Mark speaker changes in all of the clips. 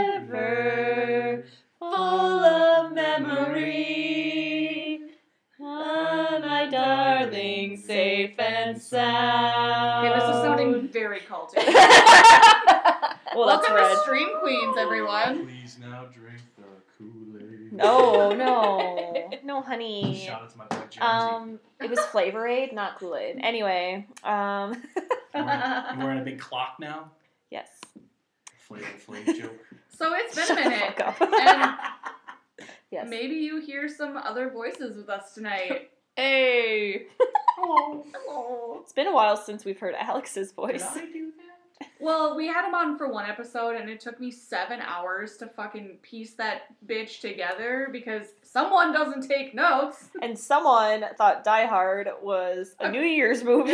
Speaker 1: Ah, Um, Well, that's
Speaker 2: Welcome
Speaker 1: red.
Speaker 2: to Stream Queens, everyone.
Speaker 3: Please now drink the Kool-Aid.
Speaker 1: No, no, no, honey.
Speaker 3: Shout out to my boy Jonesy.
Speaker 1: Um, it was Flavor Aid, not Kool Aid. Anyway, um,
Speaker 3: I'm wearing- I'm wearing a big clock now.
Speaker 1: yes.
Speaker 3: Flavor Flav joke.
Speaker 2: So it's been
Speaker 1: Shut
Speaker 2: a minute.
Speaker 1: the fuck
Speaker 2: And
Speaker 1: up. yes.
Speaker 2: maybe you hear some other voices with us tonight.
Speaker 1: Hey.
Speaker 3: Hello.
Speaker 2: Hello.
Speaker 1: It's been a while since we've heard Alex's voice.
Speaker 3: do that?
Speaker 2: Well, we had him on for one episode, and it took me seven hours to fucking piece that bitch together because someone doesn't take notes.
Speaker 1: And someone thought Die Hard was a
Speaker 2: Okay.
Speaker 1: New Year's movie.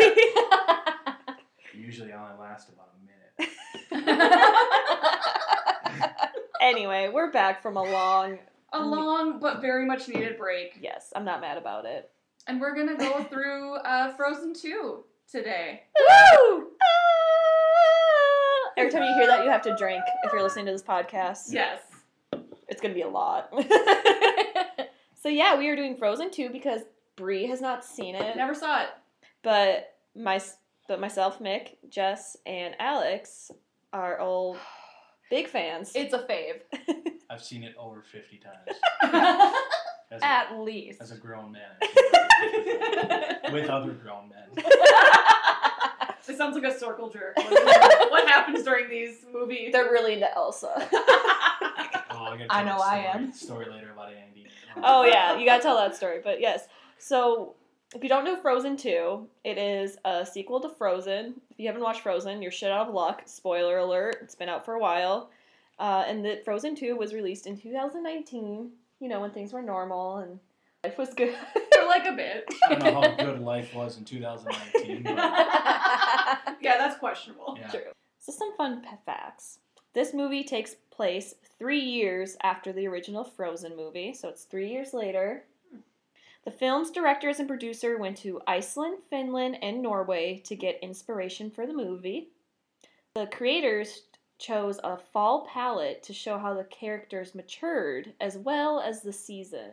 Speaker 3: Usually I only last about a minute.
Speaker 1: anyway, we're back from a long.
Speaker 2: a long but very much needed break.
Speaker 1: Yes, I'm not mad about it.
Speaker 2: And we're gonna go through uh, Frozen 2 today.
Speaker 1: Woo! Ah! Every time you hear that, you have to drink if you're listening to this podcast.
Speaker 2: Yes.
Speaker 1: It's going to be a lot. so, yeah, we are doing Frozen 2 because Bree has not seen it.
Speaker 2: Never saw it.
Speaker 1: But my but myself, Mick, Jess, and Alex are all big fans.
Speaker 4: It's a fave.
Speaker 3: I've seen it over 50 times. As a,
Speaker 4: At least.
Speaker 3: as a grown man. I've seen it over 50 times. With other grown men.
Speaker 2: It sounds like a circle jerk. What, what happens during these movies?
Speaker 1: They're really into Elsa.
Speaker 3: Oh, I, gotta
Speaker 4: I
Speaker 3: tell
Speaker 4: know
Speaker 3: a
Speaker 4: I
Speaker 3: story-
Speaker 4: am.
Speaker 3: Story later about Andy.
Speaker 1: oh yeah, you gotta tell that story. But yes, so if you don't know Frozen two, it is a sequel to Frozen. If you haven't watched Frozen, you're shit out of luck. Spoiler alert! It's been out for a while, uh, and that Frozen two was released in 2019. You know when things were normal and life was good.
Speaker 2: like a bit.
Speaker 3: I don't know how good life was in 2019. But
Speaker 2: Yeah, that's questionable.
Speaker 3: yeah.
Speaker 1: So some fun p- facts. This movie takes place three years after the original Frozen movie, so it's three years later.
Speaker 4: Hmm.
Speaker 1: The film's directors and producer went to Iceland, Finland, and Norway to get inspiration for the movie. The creators chose a fall palette to show how the characters matured as well as the season.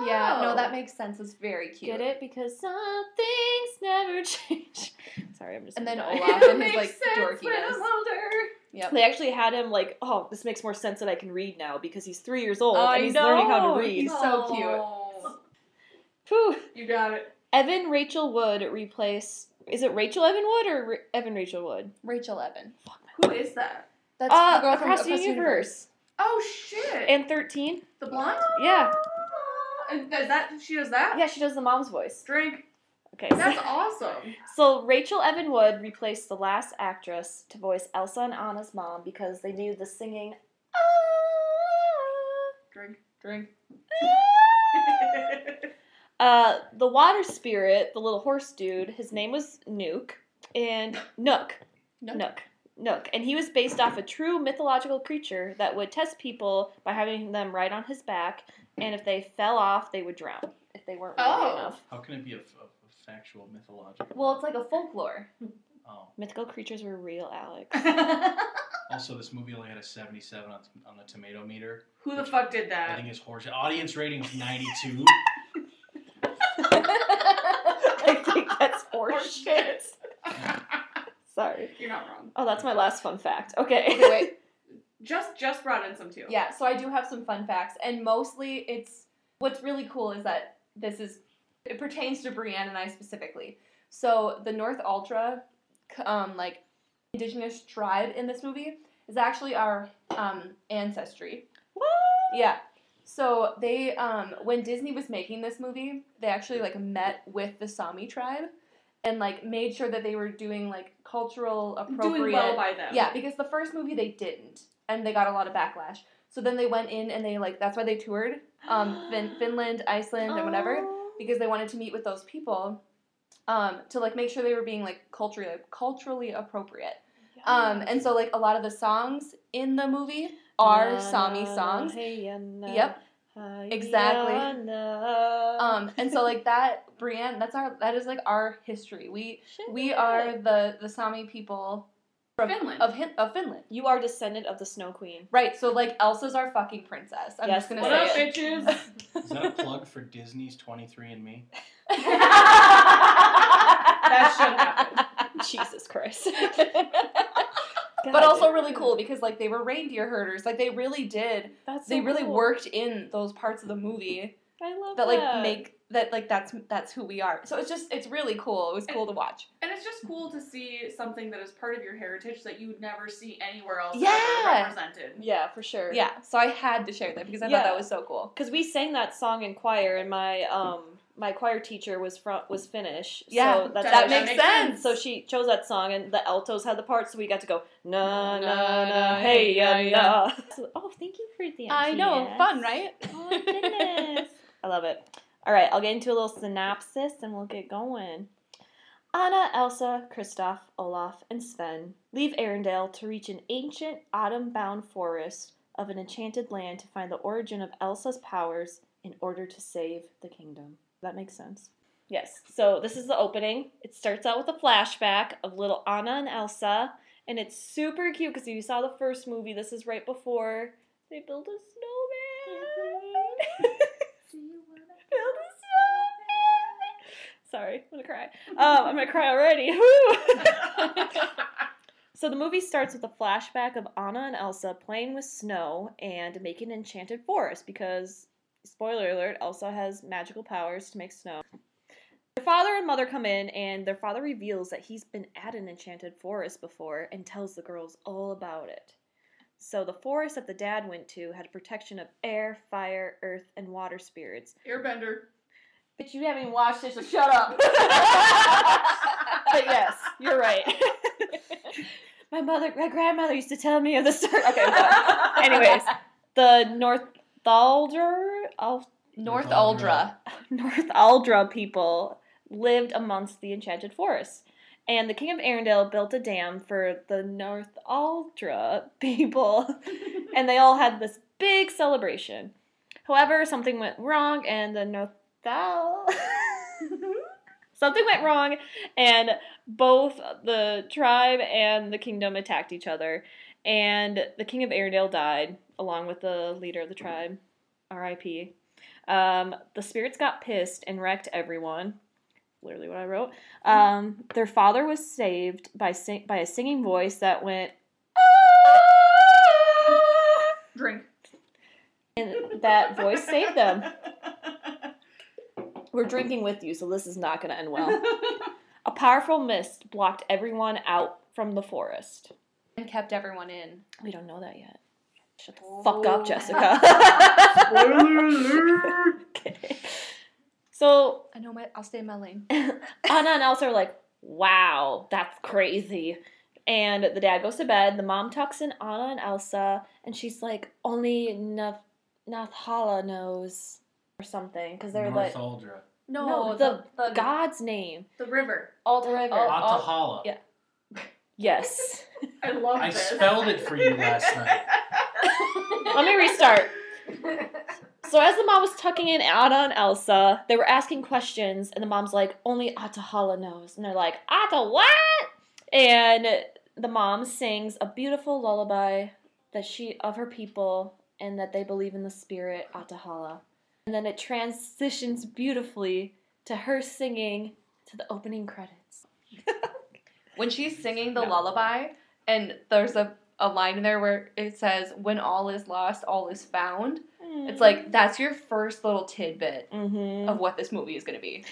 Speaker 4: Yeah,
Speaker 2: Oh.
Speaker 4: no, that makes sense. It's very cute.
Speaker 1: Get it? Because some things never change. Sorry, I'm just.
Speaker 4: And then
Speaker 1: gonna die.
Speaker 4: Olaf and his
Speaker 2: Makes
Speaker 4: like
Speaker 2: sense when I'm
Speaker 4: dorkiness.
Speaker 2: older.
Speaker 4: Yep.
Speaker 1: They actually had him like, oh, this makes more sense that I can read now because he's three years old
Speaker 4: I
Speaker 1: and he's learning how
Speaker 4: know,
Speaker 1: to read.
Speaker 4: He's so cute.
Speaker 2: Oh.
Speaker 1: Phew.
Speaker 2: You got it.
Speaker 1: Evan Rachel Wood replaced. Is it Rachel Evan Wood or Ra- Evan Rachel Wood?
Speaker 4: Rachel Evan.
Speaker 2: Who is that?
Speaker 4: That's
Speaker 1: Uh,
Speaker 4: the girl
Speaker 1: across
Speaker 4: from
Speaker 1: the universe.
Speaker 2: Oh shit.
Speaker 1: And thirteen.
Speaker 2: the blonde?
Speaker 1: Yeah,
Speaker 2: And is that she does that?
Speaker 1: yeah, she does the mom's voice.
Speaker 2: Drink.
Speaker 1: Okay,
Speaker 2: That's
Speaker 1: so,
Speaker 2: awesome.
Speaker 1: so Rachel Evan Wood replaced the last actress to voice Elsa and Anna's mom because they knew the singing. "Ah."
Speaker 2: Drink. Drink.
Speaker 1: Uh, the water spirit, the little horse dude, his name was Nuke and Nook.
Speaker 4: Nook.
Speaker 1: Nook. Nook. And he was based off a true mythological creature that would test people by having them ride on his back, and if they fell off, they would drown if they weren't ready
Speaker 2: Oh.
Speaker 1: enough.
Speaker 3: How can it be a, f- a factual mythological?
Speaker 4: Well, it's like a folklore.
Speaker 3: oh.
Speaker 1: Mythical creatures were real, Alex.
Speaker 3: Also, this movie only had a 77 on, on the tomato meter.
Speaker 2: Who the fuck did
Speaker 3: I
Speaker 2: that?
Speaker 3: think it's horse. Audience rating was 92.
Speaker 1: I think that's horseshit. Sorry.
Speaker 2: You're not wrong.
Speaker 1: Oh, that's my last fun fact. Okay.
Speaker 4: Okay, wait.
Speaker 2: Just just brought in some too.
Speaker 4: Yeah, so I do have some fun facts, and mostly it's what's really cool is that this is it pertains to Brienne and I specifically. So the North Ultra, c- um, like indigenous tribe in this movie is actually our um, ancestry. Yeah. So they, um, when Disney was making this movie, they actually like met with the Sami tribe, and like made sure that they were doing like cultural appropriate.
Speaker 2: Doing well by them.
Speaker 4: Yeah, because the first movie they didn't, and they got a lot of backlash. So then they went in and they like that's why they toured um, fin- Finland, Iceland, and whatever
Speaker 2: Oh.
Speaker 1: Oh.
Speaker 4: because they wanted to meet with those people um, to like make sure they were being like culturally culturally appropriate.
Speaker 2: Oh.
Speaker 4: Um, and so like a lot of the songs in the movie are Sami songs. Yep. Exactly.
Speaker 1: Um,
Speaker 4: Um, and so like that Brienne, that's our that is like our history. We we are the the Sami people from
Speaker 2: Finland.
Speaker 4: of Hin- of Finland.
Speaker 1: You are descendant of the Snow Queen.
Speaker 4: Right, so like Elsa's our fucking princess. I'm
Speaker 1: Yes,
Speaker 4: just gonna
Speaker 2: What
Speaker 4: say
Speaker 2: up,
Speaker 4: it.
Speaker 2: bitches?
Speaker 3: Is that a plug for Disney's 23andMe?
Speaker 2: that should
Speaker 1: Jesus Christ.
Speaker 4: but also really cool because like they were reindeer herders. Like they really did.
Speaker 1: That's so
Speaker 4: they really
Speaker 1: cool.
Speaker 4: worked in those parts of the movie
Speaker 1: I love
Speaker 4: that like make that like that's that's who we are. So it's just it's really cool. It was cool to watch.
Speaker 2: And it's just cool to see something that is part of your heritage that you would never see anywhere else ever
Speaker 4: Yeah.
Speaker 2: represented.
Speaker 1: Yeah, for sure.
Speaker 4: Yeah. So I had to share that because I
Speaker 1: Yeah.
Speaker 4: thought that was so cool.
Speaker 1: because we sang that song in choir, and my um my choir teacher was from was Finnish.
Speaker 4: Yeah,
Speaker 1: so that's
Speaker 2: that
Speaker 1: how
Speaker 4: that
Speaker 1: she-
Speaker 2: that
Speaker 4: makes
Speaker 2: makes
Speaker 4: sense.
Speaker 1: So she chose that song, and the altos had the part, so we got to go na
Speaker 4: Na,
Speaker 1: na
Speaker 4: na,
Speaker 1: na hey
Speaker 4: yeah,
Speaker 1: ya na. So- oh, thank you for the.
Speaker 4: I know,
Speaker 1: yes.
Speaker 4: fun, right?
Speaker 1: Oh goodness, I love it. All right, I'll get into a little synopsis, and we'll get going. Anna, Elsa, Kristoff, Olaf, and Sven leave Arendelle to reach an ancient autumn-bound forest of an enchanted land to find the origin of Elsa's powers in order to save the kingdom. That makes sense. Yes. So this is the opening. It starts out with a flashback of little Anna and Elsa, and it's super cute because if you saw the first movie, this is right before they build a snowman. build a snowman. Sorry, I'm gonna cry. Um, I'm gonna cry already. Woo! So the movie starts with a flashback of Anna and Elsa playing with snow and making an enchanted forest because, spoiler alert, Elsa has magical powers to make snow. Their father and mother come in, and their father reveals that he's been at an enchanted forest before and tells the girls all about it. So the forest that the dad went to had protection of air, fire, earth, and water spirits.
Speaker 2: Airbender.
Speaker 1: But you haven't watched it, so shut up. but yes, you're right. my mother, my grandmother used to tell me of the story. Okay, but anyways, the North Alder, Al-
Speaker 4: North
Speaker 3: North
Speaker 4: Aldra.
Speaker 3: Aldra.
Speaker 1: North Aldra people lived amongst the enchanted forest, and the king of Arendelle built a dam for the North Aldra people, and they all had this big celebration. However, something went wrong, and the North Something went wrong, and both the tribe and the kingdom attacked each other. And the king of Airedale died, along with the leader of the tribe. R.I.P. Um, the spirits got pissed and wrecked everyone. Literally what I wrote. Um, their father was saved by sing- by a singing voice that went,
Speaker 2: Drink.
Speaker 1: and that voice saved them. We're drinking with you, so this is not going to end well. A powerful mist blocked everyone out from the forest.
Speaker 4: And kept everyone in.
Speaker 1: We don't know that yet. Shut the
Speaker 4: Oh.
Speaker 1: fuck up, Jessica. okay. So
Speaker 4: I know my I'll stay in my lane.
Speaker 1: Anna and Elsa are like, wow, that's crazy. And the dad goes to bed. The mom tucks in Anna and Elsa, and she's like, only Nath- Nathala knows or something, because they're like,
Speaker 3: North Aldra.
Speaker 1: No, the, God's name.
Speaker 2: The river.
Speaker 4: Alder.
Speaker 1: River.
Speaker 4: Al- Al-
Speaker 3: Atahala.
Speaker 1: yeah. Yes.
Speaker 2: I love
Speaker 3: I
Speaker 2: this.
Speaker 3: spelled it for you last night.
Speaker 1: Let me restart. So as the mom was tucking in Anna and Elsa, they were asking questions, and the mom's like, "Only Atahala knows," and they're like, "Ata what?" And the mom sings a beautiful lullaby that she of her people, and that they believe in the spirit Atahala. And then it transitions beautifully to her singing to the opening credits.
Speaker 4: when she's singing the
Speaker 1: No.
Speaker 4: lullaby and there's a, a line in there where it says when all is lost all is found it's like that's your first little tidbit
Speaker 1: mm-hmm.
Speaker 4: of what this movie is going to be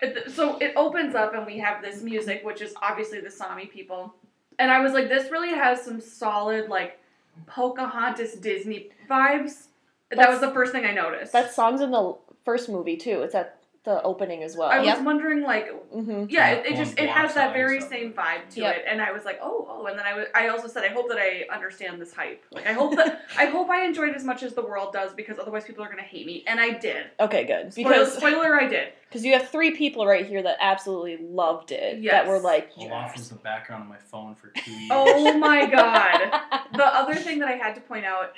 Speaker 2: It- So it opens up and we have this music, which is obviously the Sami people. And I was like, this really has some solid like Pocahontas Disney vibes. that was
Speaker 1: That's-
Speaker 2: the first thing I noticed.
Speaker 1: that song's in the first movie too. It's at the opening as well.
Speaker 2: I was
Speaker 4: Yep.
Speaker 2: wondering like
Speaker 1: Mm-hmm.
Speaker 2: yeah,
Speaker 3: Not
Speaker 2: it, it
Speaker 3: one
Speaker 2: just it
Speaker 3: block
Speaker 2: has that
Speaker 3: size
Speaker 2: very
Speaker 3: of it.
Speaker 2: same vibe to
Speaker 4: Yep.
Speaker 2: it, and I was like, oh, oh, and then I was, I also said, I hope that I understand this hype. Like, I hope that I hope I enjoyed as much as the world does, because otherwise people are gonna hate me, and I did.
Speaker 1: Okay, good.
Speaker 2: Spoiler,
Speaker 1: Because
Speaker 2: spoiler, I did.
Speaker 1: Because you have three people right here that absolutely loved it.
Speaker 2: Yes.
Speaker 1: That were like,
Speaker 3: Olaf
Speaker 1: yes.
Speaker 3: was the background of my phone for two years.
Speaker 2: Oh my god. the other thing that I had to point out,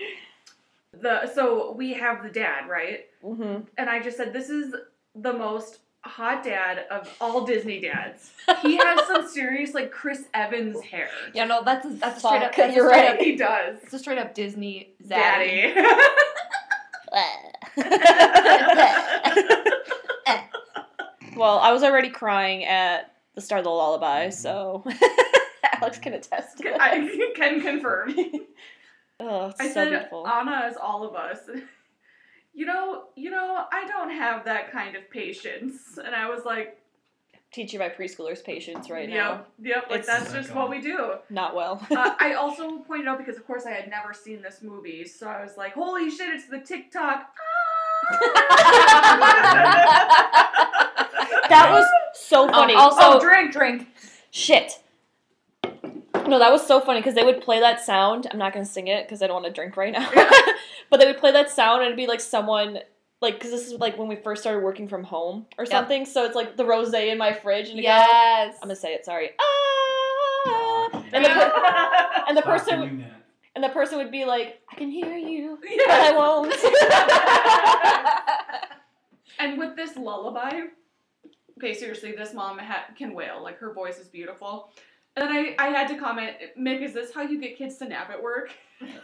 Speaker 2: the so we have the dad right,
Speaker 1: Mhm.
Speaker 2: and I just said this is the most hot dad of all Disney dads. He has some serious like Chris Evans hair.
Speaker 4: yeah no that's a, that's a straight up
Speaker 1: Fuck,
Speaker 4: that's a
Speaker 1: you're
Speaker 4: straight
Speaker 1: right.
Speaker 4: up
Speaker 2: He does.
Speaker 4: it's a straight up disney zaddy
Speaker 2: Daddy.
Speaker 1: Well, I was already crying at the start of the lullaby, so Alex can attest to
Speaker 2: Can-
Speaker 1: that.
Speaker 2: I can confirm.
Speaker 1: oh, it's
Speaker 2: I
Speaker 1: so
Speaker 2: said uh,
Speaker 1: beautiful.
Speaker 2: Anna is all of us. You know, you know, I don't have that kind of patience. And I was like,
Speaker 1: Teaching my preschoolers patience right
Speaker 2: yep,
Speaker 1: now.
Speaker 2: yep, like
Speaker 1: It's-
Speaker 2: that's just what we do.
Speaker 1: Not well.
Speaker 2: uh, I also pointed out because, of course, I had never seen this movie, so I was like, "Holy shit! It's the TikTok." Ah!
Speaker 1: that was so funny.
Speaker 4: also-
Speaker 2: oh, drink,
Speaker 4: Drink.
Speaker 1: Shit. No, that was so funny because they would play that sound. I'm not gonna sing it because I don't want to drink right now. but they would play that sound and it'd be like someone like because this is like when we first started working from home or
Speaker 4: Yep.
Speaker 1: something. So it's like the rose in my fridge and yeah.
Speaker 4: Yes.
Speaker 1: I'm gonna say it. Sorry. Ah. And the, per-
Speaker 2: yeah.
Speaker 1: and the
Speaker 3: Stop
Speaker 1: person would-
Speaker 3: doing that.
Speaker 1: and the person would be like, I can hear you, but I
Speaker 2: Yes.
Speaker 1: won't.
Speaker 2: And with this lullaby, okay, seriously, this mom ha- can wail. Like her voice is beautiful. And then I, I had to comment, Mick, is this how you get kids to nap at work?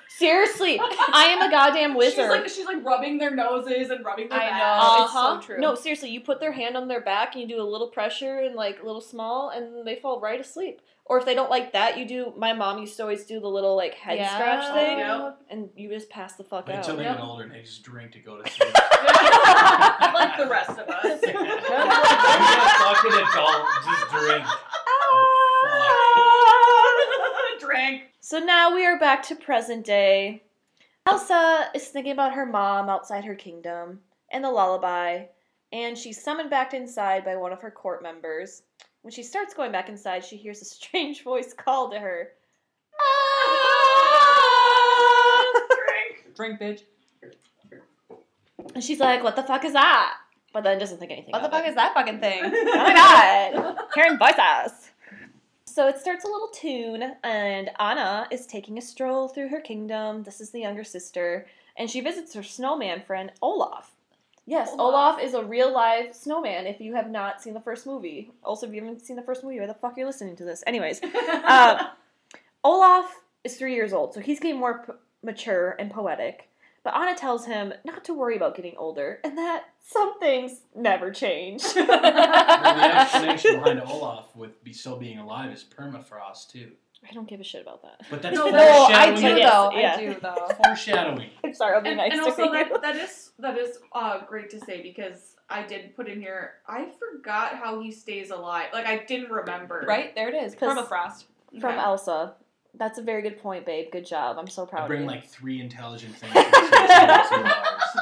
Speaker 1: Seriously, I am a goddamn wizard. Uh-huh.
Speaker 2: She's like, she's like rubbing their noses and rubbing their
Speaker 4: I
Speaker 2: backs.
Speaker 4: know. Oh, it's so
Speaker 2: Uh-huh.
Speaker 4: true.
Speaker 1: No, seriously, you put their hand on their back and you do a little pressure and like a little small, and they fall right asleep. Or if they don't like that, you do. My mom used to always do the little like head
Speaker 4: Yeah.
Speaker 1: scratch thing,
Speaker 2: Yeah.
Speaker 1: and you just pass the fuck
Speaker 3: Wait until
Speaker 1: out.
Speaker 3: they
Speaker 2: Yep.
Speaker 3: get older and they just drink to go to sleep.
Speaker 2: like the rest of us.
Speaker 3: You're not fucking adult, just drink.
Speaker 2: Drink.
Speaker 1: So now we are back to present day. Elsa is thinking about her mom outside her kingdom and the lullaby, and she's summoned back inside by one of her court members. When she starts going back inside, she hears a strange voice call to her.
Speaker 4: Ah!
Speaker 2: Drink.
Speaker 4: Drink, bitch.
Speaker 1: And she's like, what the fuck is that? But then doesn't think anything
Speaker 4: What the
Speaker 1: of
Speaker 4: fuck
Speaker 1: it.
Speaker 4: is that fucking thing?
Speaker 1: Oh my god! Hearing voices! So it starts a little tune, and Anna is taking a stroll through her kingdom. This is the younger sister, and she visits her snowman friend, Olaf. Yes, Olaf,
Speaker 2: Olaf.
Speaker 1: is a real live snowman if you have not seen the first movie. Also, if you haven't seen the first movie, why the fuck are you listening to this? Anyways, Uh, Olaf is three years old, so he's getting more p- mature and poetic. But Anna tells him not to worry about getting older and that some things never change.
Speaker 3: Well, the
Speaker 1: I
Speaker 3: explanation behind Olaf with be still being alive is permafrost too.
Speaker 1: don't give a shit about that.
Speaker 3: But that's
Speaker 2: No,
Speaker 4: No, I
Speaker 3: foreshadowing.
Speaker 4: do though.
Speaker 1: Yeah.
Speaker 4: I do though.
Speaker 3: Foreshadowing.
Speaker 1: I'm sorry, I'll be
Speaker 2: and,
Speaker 1: nice
Speaker 2: and
Speaker 1: to
Speaker 2: also
Speaker 1: you.
Speaker 2: that, that is that is uh, great to say because I did put in here. I forgot how he stays alive. Like I didn't remember.
Speaker 4: Right there, it is.
Speaker 1: 'Cause-
Speaker 4: Permafrost.
Speaker 1: From
Speaker 2: Okay.
Speaker 1: Elsa. That's a very good point, babe. Good job. I'm so proud
Speaker 3: I
Speaker 1: of
Speaker 3: bring
Speaker 1: you.
Speaker 3: like three intelligent things. to the next two hours.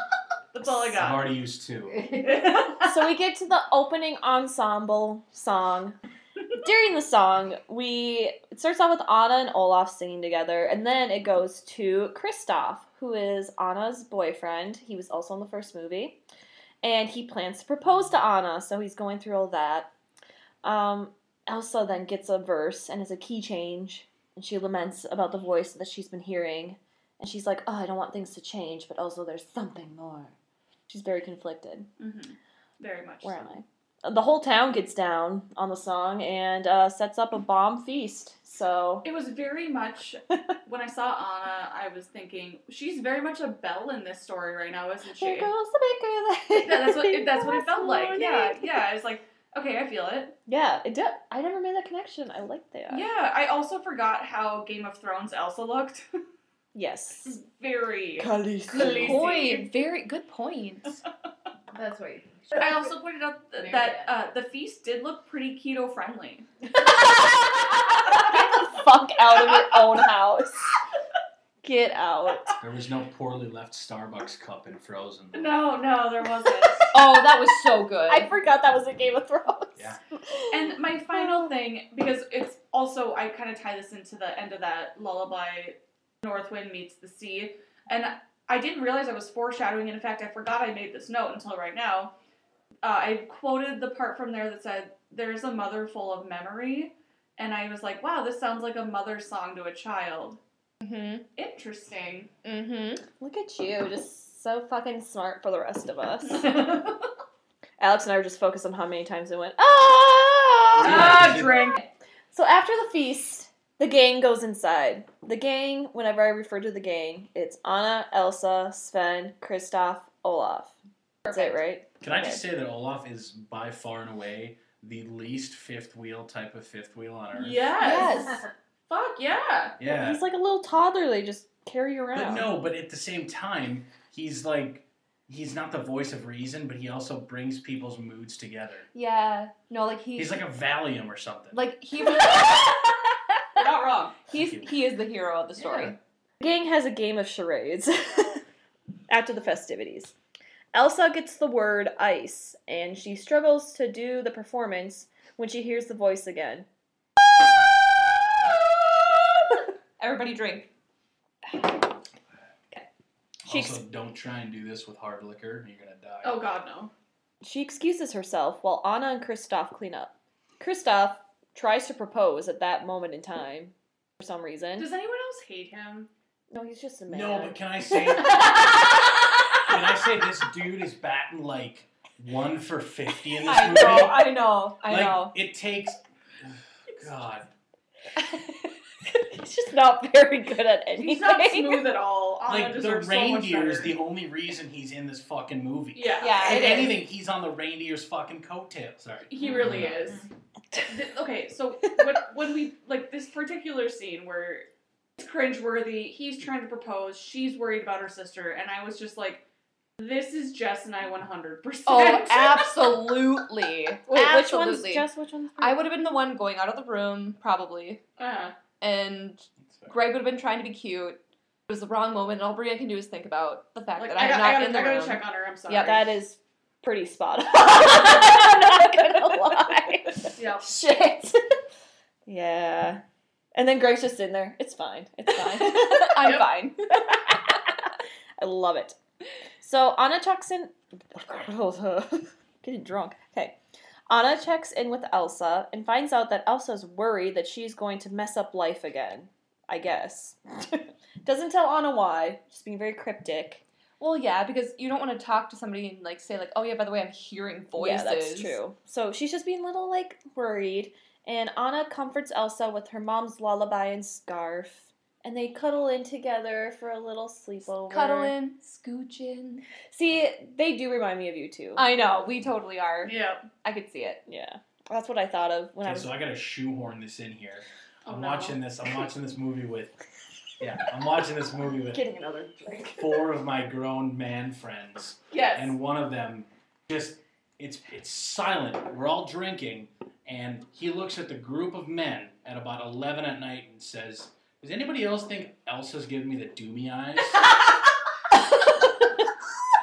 Speaker 2: That's all I
Speaker 3: I've
Speaker 2: got.
Speaker 3: already used two.
Speaker 1: so we get to the opening ensemble song. During the song, we it starts off with Anna and Olaf singing together, and then it goes to Kristoff, who is Anna's boyfriend. He was also in the first movie, and he plans to propose to Anna. So he's going through all that. Um, Elsa then gets a verse and it's a key change, and she laments about the voice that she's been hearing, and she's like, "Oh, I don't want things to change, but also there's something more." She's very conflicted.
Speaker 2: Mhm. Very much.
Speaker 1: Mm-hmm. Where
Speaker 2: so.
Speaker 1: am I? The whole town gets down on the song and uh, sets up a bomb feast. So
Speaker 2: It was very much when I saw Anna, I was thinking she's very much a Belle in this story right now, isn't she?
Speaker 1: here goes the baker.
Speaker 2: Yeah, that's what it, that's what it
Speaker 1: Last
Speaker 2: felt like. Yeah,
Speaker 1: morning.
Speaker 2: yeah. It's like okay, I feel it.
Speaker 1: yeah. It did. I never made that connection. I like that.
Speaker 2: Yeah, I also forgot how Game of Thrones Elsa looked.
Speaker 1: Yes.
Speaker 2: Very.
Speaker 4: Good
Speaker 2: Khaleesi.
Speaker 4: point. Very good point.
Speaker 5: That's right.
Speaker 2: I also pointed out th-
Speaker 5: Very
Speaker 2: that uh, the feast did look pretty keto friendly.
Speaker 1: Get the fuck out of your own house. Get out.
Speaker 3: There was no poorly left Starbucks cup in Frozen. though.
Speaker 2: No, no, there wasn't.
Speaker 4: Oh, that was so good.
Speaker 1: I forgot that was a Game of Thrones.
Speaker 3: Yeah.
Speaker 2: and my final thing, because it's also I kind of tie this into the end of that lullaby, North Wind meets the sea, and I didn't realize I was foreshadowing. And in fact, I forgot I made this note until right now. Uh, I quoted the part from there that said, "There's a mother full of memory," and I was like, "Wow, this sounds like a mother's song to a child."
Speaker 4: Mm-hmm.
Speaker 2: Interesting.
Speaker 4: Mm-hmm.
Speaker 1: Look at you, just so fucking smart for the rest of us.
Speaker 2: ah,
Speaker 1: Alex and I were just focused on how many times it went. Ah!
Speaker 2: drink.
Speaker 1: So after the feast, the gang goes inside. The gang, whenever I refer to the gang, it's Anna, Elsa, Sven, Kristoff, Olaf. That's it, right?
Speaker 3: Can I just say that Olaf is by far and away the least fifth wheel type of fifth wheel on earth?
Speaker 2: Yes.
Speaker 1: Yes.
Speaker 2: Fuck yeah.
Speaker 1: Yeah.
Speaker 3: Yeah.
Speaker 1: He's like a little toddler they just carry
Speaker 3: But
Speaker 1: around.
Speaker 3: no, but at the same time, he's like he's not the voice of reason, but he also brings people's moods together.
Speaker 4: Yeah. No, like he.
Speaker 3: He's like a Valium or something.
Speaker 4: like he.
Speaker 2: You're not wrong.
Speaker 4: he's he is the hero of the story.
Speaker 3: Yeah.
Speaker 1: The gang has a game of charades after the festivities. Elsa gets the word ice, and she struggles to do the performance when she hears the voice again.
Speaker 4: Everybody drink.
Speaker 1: She
Speaker 3: also, don't try and do this with hard liquor, you're gonna die.
Speaker 2: Oh god, no.
Speaker 1: She excuses herself while Anna and Kristoff clean up. Kristoff tries to propose at that moment in time for some reason.
Speaker 2: Does anyone else hate him?
Speaker 1: no, he's just a man.
Speaker 3: No, but can I say can I say this dude is batting like one for fifty in this
Speaker 4: I
Speaker 3: movie?
Speaker 4: know. I know. I
Speaker 3: like,
Speaker 4: know.
Speaker 3: It takes God.
Speaker 1: he's just not very good at anything.
Speaker 2: He's not smooth at all. Anna
Speaker 3: like the
Speaker 2: deserves
Speaker 3: reindeer
Speaker 2: so much
Speaker 3: is the
Speaker 2: better.
Speaker 3: only reason he's in this fucking movie.
Speaker 2: Yeah.
Speaker 4: Yeah,
Speaker 3: If
Speaker 4: it is.
Speaker 3: anything, he's on the reindeer's fucking coattail. Sorry.
Speaker 2: He really is. Th- okay, so when, when we like this particular scene where it's cringeworthy, he's trying to propose, she's worried about her sister, and I was just like, "This is Jess and I 100." percent Uh-huh.
Speaker 4: Oh, absolutely.
Speaker 1: Wait, which one's
Speaker 4: absolutely.
Speaker 1: just which one's?
Speaker 4: I would have been the one going out of the room, probably.
Speaker 2: uh,
Speaker 4: And Greg would have been trying to be cute. It was the wrong moment, and all Brienne can do is think about the fact
Speaker 2: like
Speaker 4: that
Speaker 2: I,
Speaker 4: I'm
Speaker 2: got,
Speaker 4: not
Speaker 2: I gotta,
Speaker 4: in the
Speaker 2: I gotta
Speaker 4: room.
Speaker 2: check on her. I'm sorry.
Speaker 4: Yeah,
Speaker 1: That is pretty spot on. I'm not gonna lie.
Speaker 2: yeah.
Speaker 1: Shit. yeah. And then Greg's just in there. It's fine. It's fine.
Speaker 4: I'm
Speaker 2: Yep.
Speaker 4: fine.
Speaker 1: I love it. So Anna checks in. Getting drunk. Okay. Anna checks in with Elsa and finds out that Elsa's worried that she's going to mess up life again. I guess. Doesn't tell Anna why. Just being very cryptic.
Speaker 4: Well, yeah, because you don't want to talk to somebody and like say like, oh yeah, by the way, I'm hearing voices.
Speaker 1: Yeah, that's true. So she's just being a little like worried, and Anna comforts Elsa with her mom's lullaby and scarf, and they cuddle in together for a little sleepover.
Speaker 4: Cuddling, scooching.
Speaker 1: See, they do remind me of you two.
Speaker 4: I know we totally are.
Speaker 2: Yeah.
Speaker 4: I could see it.
Speaker 1: yeah, that's what I thought of when I
Speaker 3: Okay,
Speaker 1: was.
Speaker 3: so I gotta shoehorn this in here.
Speaker 2: Oh,
Speaker 3: I'm
Speaker 2: no.
Speaker 3: watching this. I'm watching this movie with. Yeah, I'm watching this movie with
Speaker 1: Getting another drink.
Speaker 3: four of my grown man friends,
Speaker 2: Yes.
Speaker 3: and one of them just it's it's silent. We're all drinking, and he looks at the group of men at about eleven at night and says, "Does anybody else think Elsa's giving me the doomy eyes?"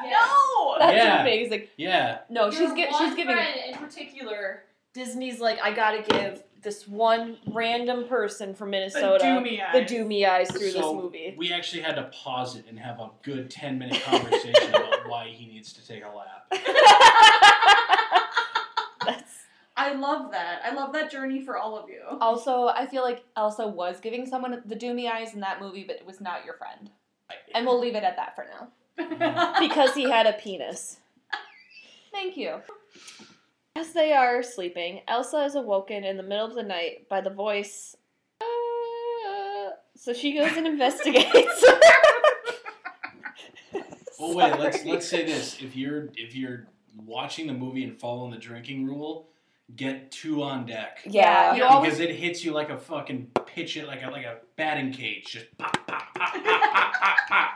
Speaker 2: No.
Speaker 4: That's
Speaker 3: Yeah.
Speaker 4: amazing.
Speaker 3: yeah,
Speaker 4: No, she's gi- she's giving.
Speaker 2: in particular
Speaker 1: Disney's like, I gotta give this one random person from
Speaker 2: the
Speaker 1: Minnesota
Speaker 2: doomy eyes.
Speaker 1: the doomy eyes through
Speaker 3: So-
Speaker 1: this movie.
Speaker 3: we actually had to pause it and have a good ten minute conversation about why he needs to take a lap.
Speaker 1: That's
Speaker 2: I love that. I love that journey for all of you.
Speaker 4: Also, I feel like Elsa was giving someone the doomy eyes in that movie, but it was not your friend. And we'll leave it at that for now.
Speaker 3: Mm-hmm.
Speaker 1: because he had a penis.
Speaker 4: Thank you.
Speaker 1: As they are sleeping, Elsa is awoken in the middle of the night by the voice. "Ah." so she goes and investigates.
Speaker 3: Well, Oh, wait. Let's
Speaker 1: Sorry.
Speaker 3: let's say this: if you're if you're watching the movie and following the drinking rule, get two on deck
Speaker 1: Yeah.
Speaker 4: You
Speaker 2: Yeah.
Speaker 4: always
Speaker 3: because it hits you like a fucking pitch it like a like a batting cage, just pop pop pop pop pop pop. pop.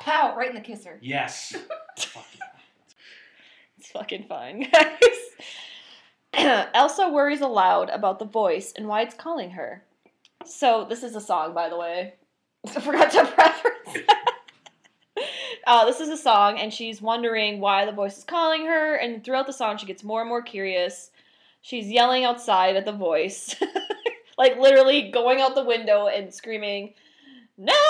Speaker 4: pow right in the kisser.
Speaker 3: Yes.
Speaker 1: It's fucking fine, guys. Elsa worries aloud about the voice and why it's calling her. So, this is a song, by the way. I forgot to preface. uh, this is a song, and she's wondering why the voice is calling her, and throughout the song, she gets more and more curious. She's yelling outside at the voice, like literally going out the window and screaming, No!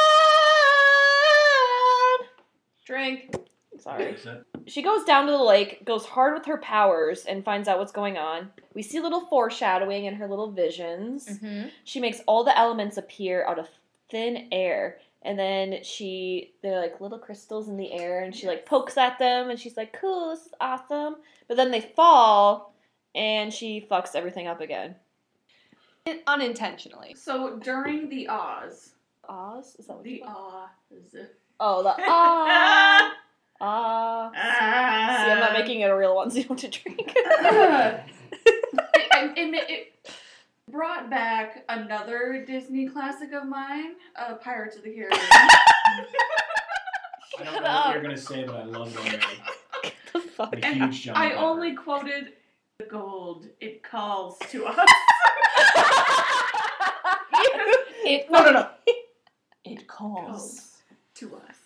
Speaker 4: Drink.
Speaker 1: Sorry.
Speaker 3: Is that-
Speaker 1: She goes down to the lake, goes hard with her powers, and finds out what's going on. We see little foreshadowing in her little visions.
Speaker 4: Mm-hmm.
Speaker 1: She makes all the elements appear out of thin air. And then she, they're like little crystals in the air, and she like pokes at them, and she's like, cool, this is awesome. But then they fall, and she fucks everything up again.
Speaker 4: Unintentionally.
Speaker 2: So during the Oz,
Speaker 1: Oz? Is that what
Speaker 2: the
Speaker 1: you
Speaker 2: Oz.
Speaker 1: Oh, the ah! Ah. See,
Speaker 2: Ah.
Speaker 1: I'm not making it a real one, so you don't have to drink.
Speaker 2: it, it, it, it- brought back another Disney classic of mine, uh, Pirates of the Caribbean.
Speaker 3: I
Speaker 1: Shut
Speaker 3: don't know
Speaker 1: up.
Speaker 3: what you're gonna say, but I love that movie.
Speaker 1: the fuck?
Speaker 3: I'm a huge John.
Speaker 2: I
Speaker 3: Carpenter.
Speaker 2: only quoted the gold. It calls to us.
Speaker 1: It
Speaker 3: No, no, no.
Speaker 1: It
Speaker 2: calls to us.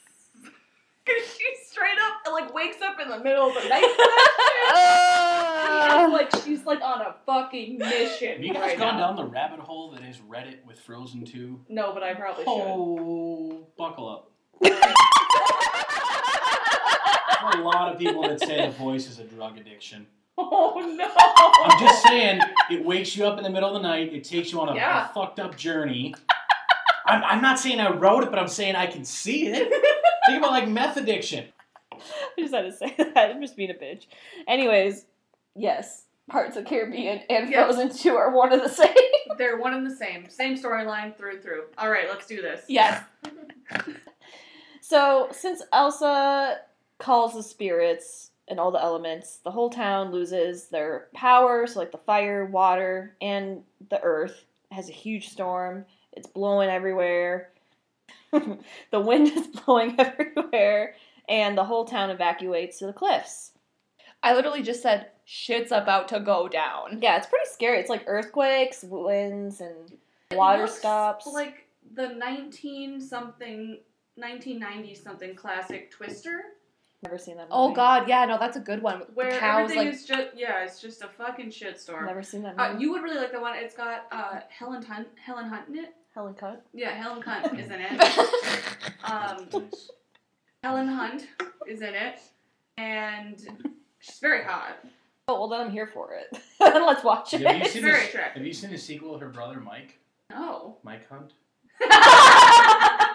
Speaker 2: Cause she straight up like wakes up in the middle of the night.
Speaker 1: Oh.
Speaker 2: like she's like on a fucking mission.
Speaker 3: Have you guys
Speaker 2: right
Speaker 3: gone
Speaker 2: now.
Speaker 3: down the rabbit hole that is Reddit with Frozen 2?
Speaker 2: No, but I probably
Speaker 3: Oh, buckle up.
Speaker 2: should.
Speaker 3: There are a lot of people that say the voice is a drug addiction.
Speaker 2: oh no.
Speaker 3: I'm just saying, it wakes you up in the middle of the night. It takes you on a, a
Speaker 2: Yeah.
Speaker 3: fucked up journey. I'm, I'm not saying I wrote it, but I'm saying I can see it. Think about like meth addiction.
Speaker 1: I just had to say that. I'm just being a bitch. Anyways, yes, Parts of Caribbean and
Speaker 2: Yes.
Speaker 1: Frozen 2 are one of the same.
Speaker 2: They're one and the same. Same storyline through and through. All right, let's do this.
Speaker 1: Yes. so, since Elsa calls the spirits and all the elements, the whole town loses their power. So, like the fire, water, and the earth It has a huge storm. It's blowing everywhere. the wind is blowing everywhere. And the whole town evacuates to the cliffs.
Speaker 4: I literally just said, shit's about to go down.
Speaker 1: Yeah, it's pretty scary. It's like earthquakes, winds, and water
Speaker 2: looks
Speaker 1: stops.
Speaker 2: Like the 19 something 1990 something classic Twister
Speaker 1: never seen that. Movie.
Speaker 4: Oh god, yeah, no, that's a good one.
Speaker 2: where
Speaker 4: Cows
Speaker 2: everything
Speaker 4: like
Speaker 2: is just yeah, it's just a fucking shitstorm.
Speaker 1: never seen that. Movie.
Speaker 2: Uh, you would really like the one. It's got uh, Helen Hunt. Helen Hunt in it.
Speaker 1: Helen Cunt.
Speaker 2: Yeah, Helen Hunt is in it. Um,
Speaker 3: Nice.
Speaker 2: Helen Hunt is in it, and she's very hot.
Speaker 1: Oh well, then I'm here for it. Let's watch it.
Speaker 3: Have you
Speaker 2: She's
Speaker 3: seen
Speaker 2: very
Speaker 3: this?
Speaker 2: attractive.
Speaker 3: Have you seen the sequel with her brother Mike?
Speaker 2: No.
Speaker 3: Mike Hunt.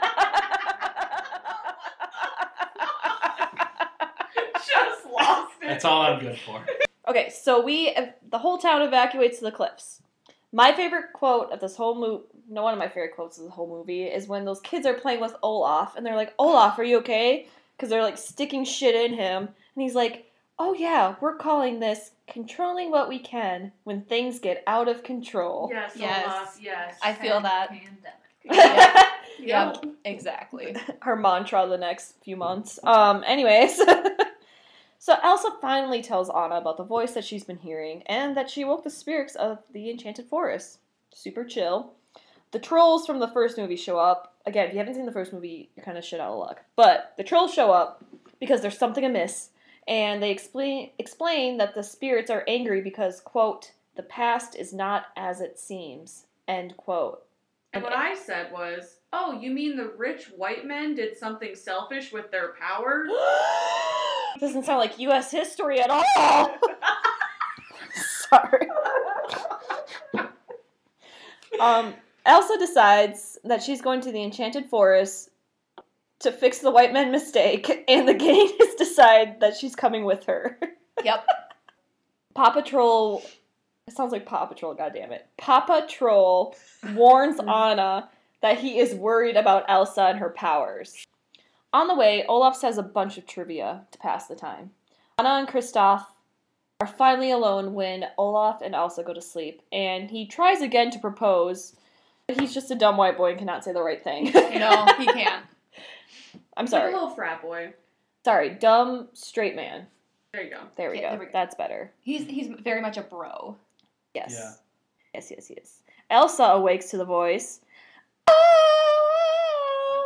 Speaker 2: Just lost it.
Speaker 3: That's all I'm good for.
Speaker 1: okay, so we the whole town evacuates to the cliffs. My favorite quote of this whole movie, no one of my favorite quotes of the whole movie, is when those kids are playing with Olaf and they're like, "Olaf, are you okay?" Because they're like sticking shit in him, and he's like, "Oh yeah, we're calling this controlling what we can when things get out of control."
Speaker 2: Yes,
Speaker 4: Yes.
Speaker 2: Olaf, yes.
Speaker 4: I feel that.
Speaker 2: Pandemic.
Speaker 4: yeah, exactly.
Speaker 1: her mantra the next few months. Um, anyways. so Elsa finally tells Anna about the voice that she's been hearing and that she woke the spirits of the enchanted forest. Super chill. The trolls from the first movie show up. Again, if you haven't seen the first movie, you're kind of shit out of luck. But the trolls show up because there's something amiss, and they explain explain that the spirits are angry because quote the past is not as it seems end quote.
Speaker 2: And what I said was, oh, you mean the rich white men did something selfish with their power?
Speaker 1: Doesn't sound like U.S. history at all. Sorry. Um, Elsa decides that she's going to the Enchanted Forest to fix the white men mistake, and the gang is decide that she's coming with her.
Speaker 4: Yep.
Speaker 1: Paw Patrol. It sounds like Paw Patrol. Goddamn it. Paw Patrol warns Anna that he is worried about Elsa and her powers. On the way, Olaf says a bunch of trivia to pass the time. Anna and Kristoff are finally alone when Olaf and Elsa go to sleep, and he tries again to propose. but He's just a dumb white boy and cannot say the right thing.
Speaker 4: No, he can't.
Speaker 1: I'm
Speaker 2: It's like
Speaker 1: sorry.
Speaker 2: a little Oh, frat boy.
Speaker 1: Sorry, dumb straight man.
Speaker 2: There you go.
Speaker 1: There we
Speaker 4: Okay,
Speaker 1: go.
Speaker 4: there we go.
Speaker 1: That's better.
Speaker 4: He's he's very much a bro.
Speaker 1: Yes.
Speaker 3: Yeah.
Speaker 1: Yes, yes, yes. Elsa awakes to the voice.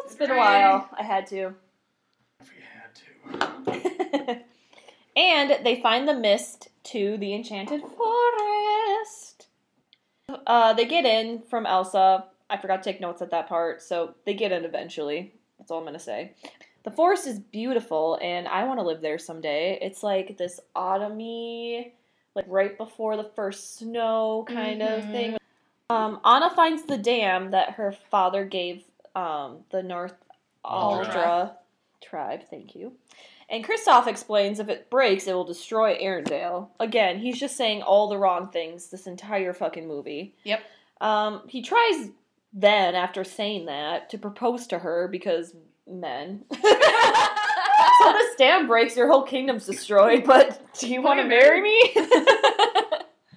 Speaker 1: It's been a while. I had to.
Speaker 3: If you had to.
Speaker 1: and they find the mist to the enchanted forest. Uh, they get in from Elsa. I forgot to take notes at that part, so they get in eventually. That's all I'm gonna say. The forest is beautiful, and I want to live there someday. It's like this autumny, like right before the first snow kind of
Speaker 4: Mhm.
Speaker 1: thing. Um, Anna finds the dam that her father gave um, the North
Speaker 3: Aldra.
Speaker 1: Aldra tribe. Thank you. And Kristoff explains if it breaks, it will destroy Arendelle. Again, he's just saying all the wrong things this entire fucking movie.
Speaker 4: Yep.
Speaker 1: Um, he tries then, after saying that, to propose to her because men. so this dam breaks, your whole kingdom's destroyed, but do you want to marry me?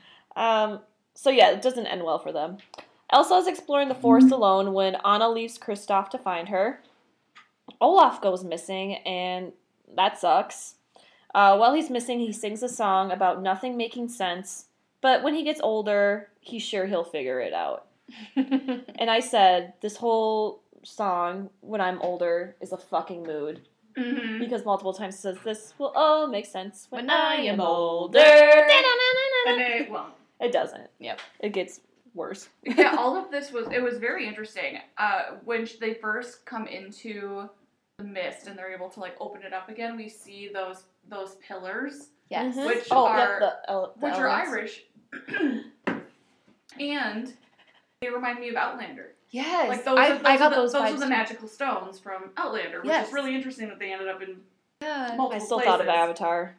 Speaker 1: um, So yeah, it doesn't end well for them. Elsa is exploring the forest alone when Anna leaves Kristoff to find her. Olaf goes missing, and that sucks. Uh, while he's missing, he sings a song about nothing making sense. But when he gets older, he's sure he'll figure it out. and I said, this whole song, when I'm older, is a fucking mood
Speaker 2: Mm-hmm.
Speaker 1: because multiple times it says this will all make sense when,
Speaker 4: When
Speaker 1: I
Speaker 4: I
Speaker 1: am
Speaker 4: am
Speaker 1: older.
Speaker 4: older.
Speaker 2: And it won't.
Speaker 1: It doesn't.
Speaker 4: Yep.
Speaker 1: It gets worse.
Speaker 2: yeah, all of this was it was very interesting. Uh, when sh- they first come into the mist and they're able to like open it up again, we see those those pillars,
Speaker 4: Yes.
Speaker 1: Mhm.
Speaker 2: Which
Speaker 1: oh,
Speaker 2: are-
Speaker 1: yep, the, el- the
Speaker 2: which are
Speaker 1: elements.
Speaker 2: Irish, and they remind me of Outlander.
Speaker 4: Yes.
Speaker 2: Like those,
Speaker 4: I,
Speaker 2: are, those,
Speaker 4: I got
Speaker 2: are the,
Speaker 4: those
Speaker 2: those
Speaker 4: vibes.
Speaker 2: are the magical stones from Outlander, which
Speaker 4: Yes.
Speaker 2: is really interesting that they ended up in
Speaker 4: Yeah.
Speaker 2: multiple
Speaker 1: I still
Speaker 2: places.
Speaker 1: thought of Avatar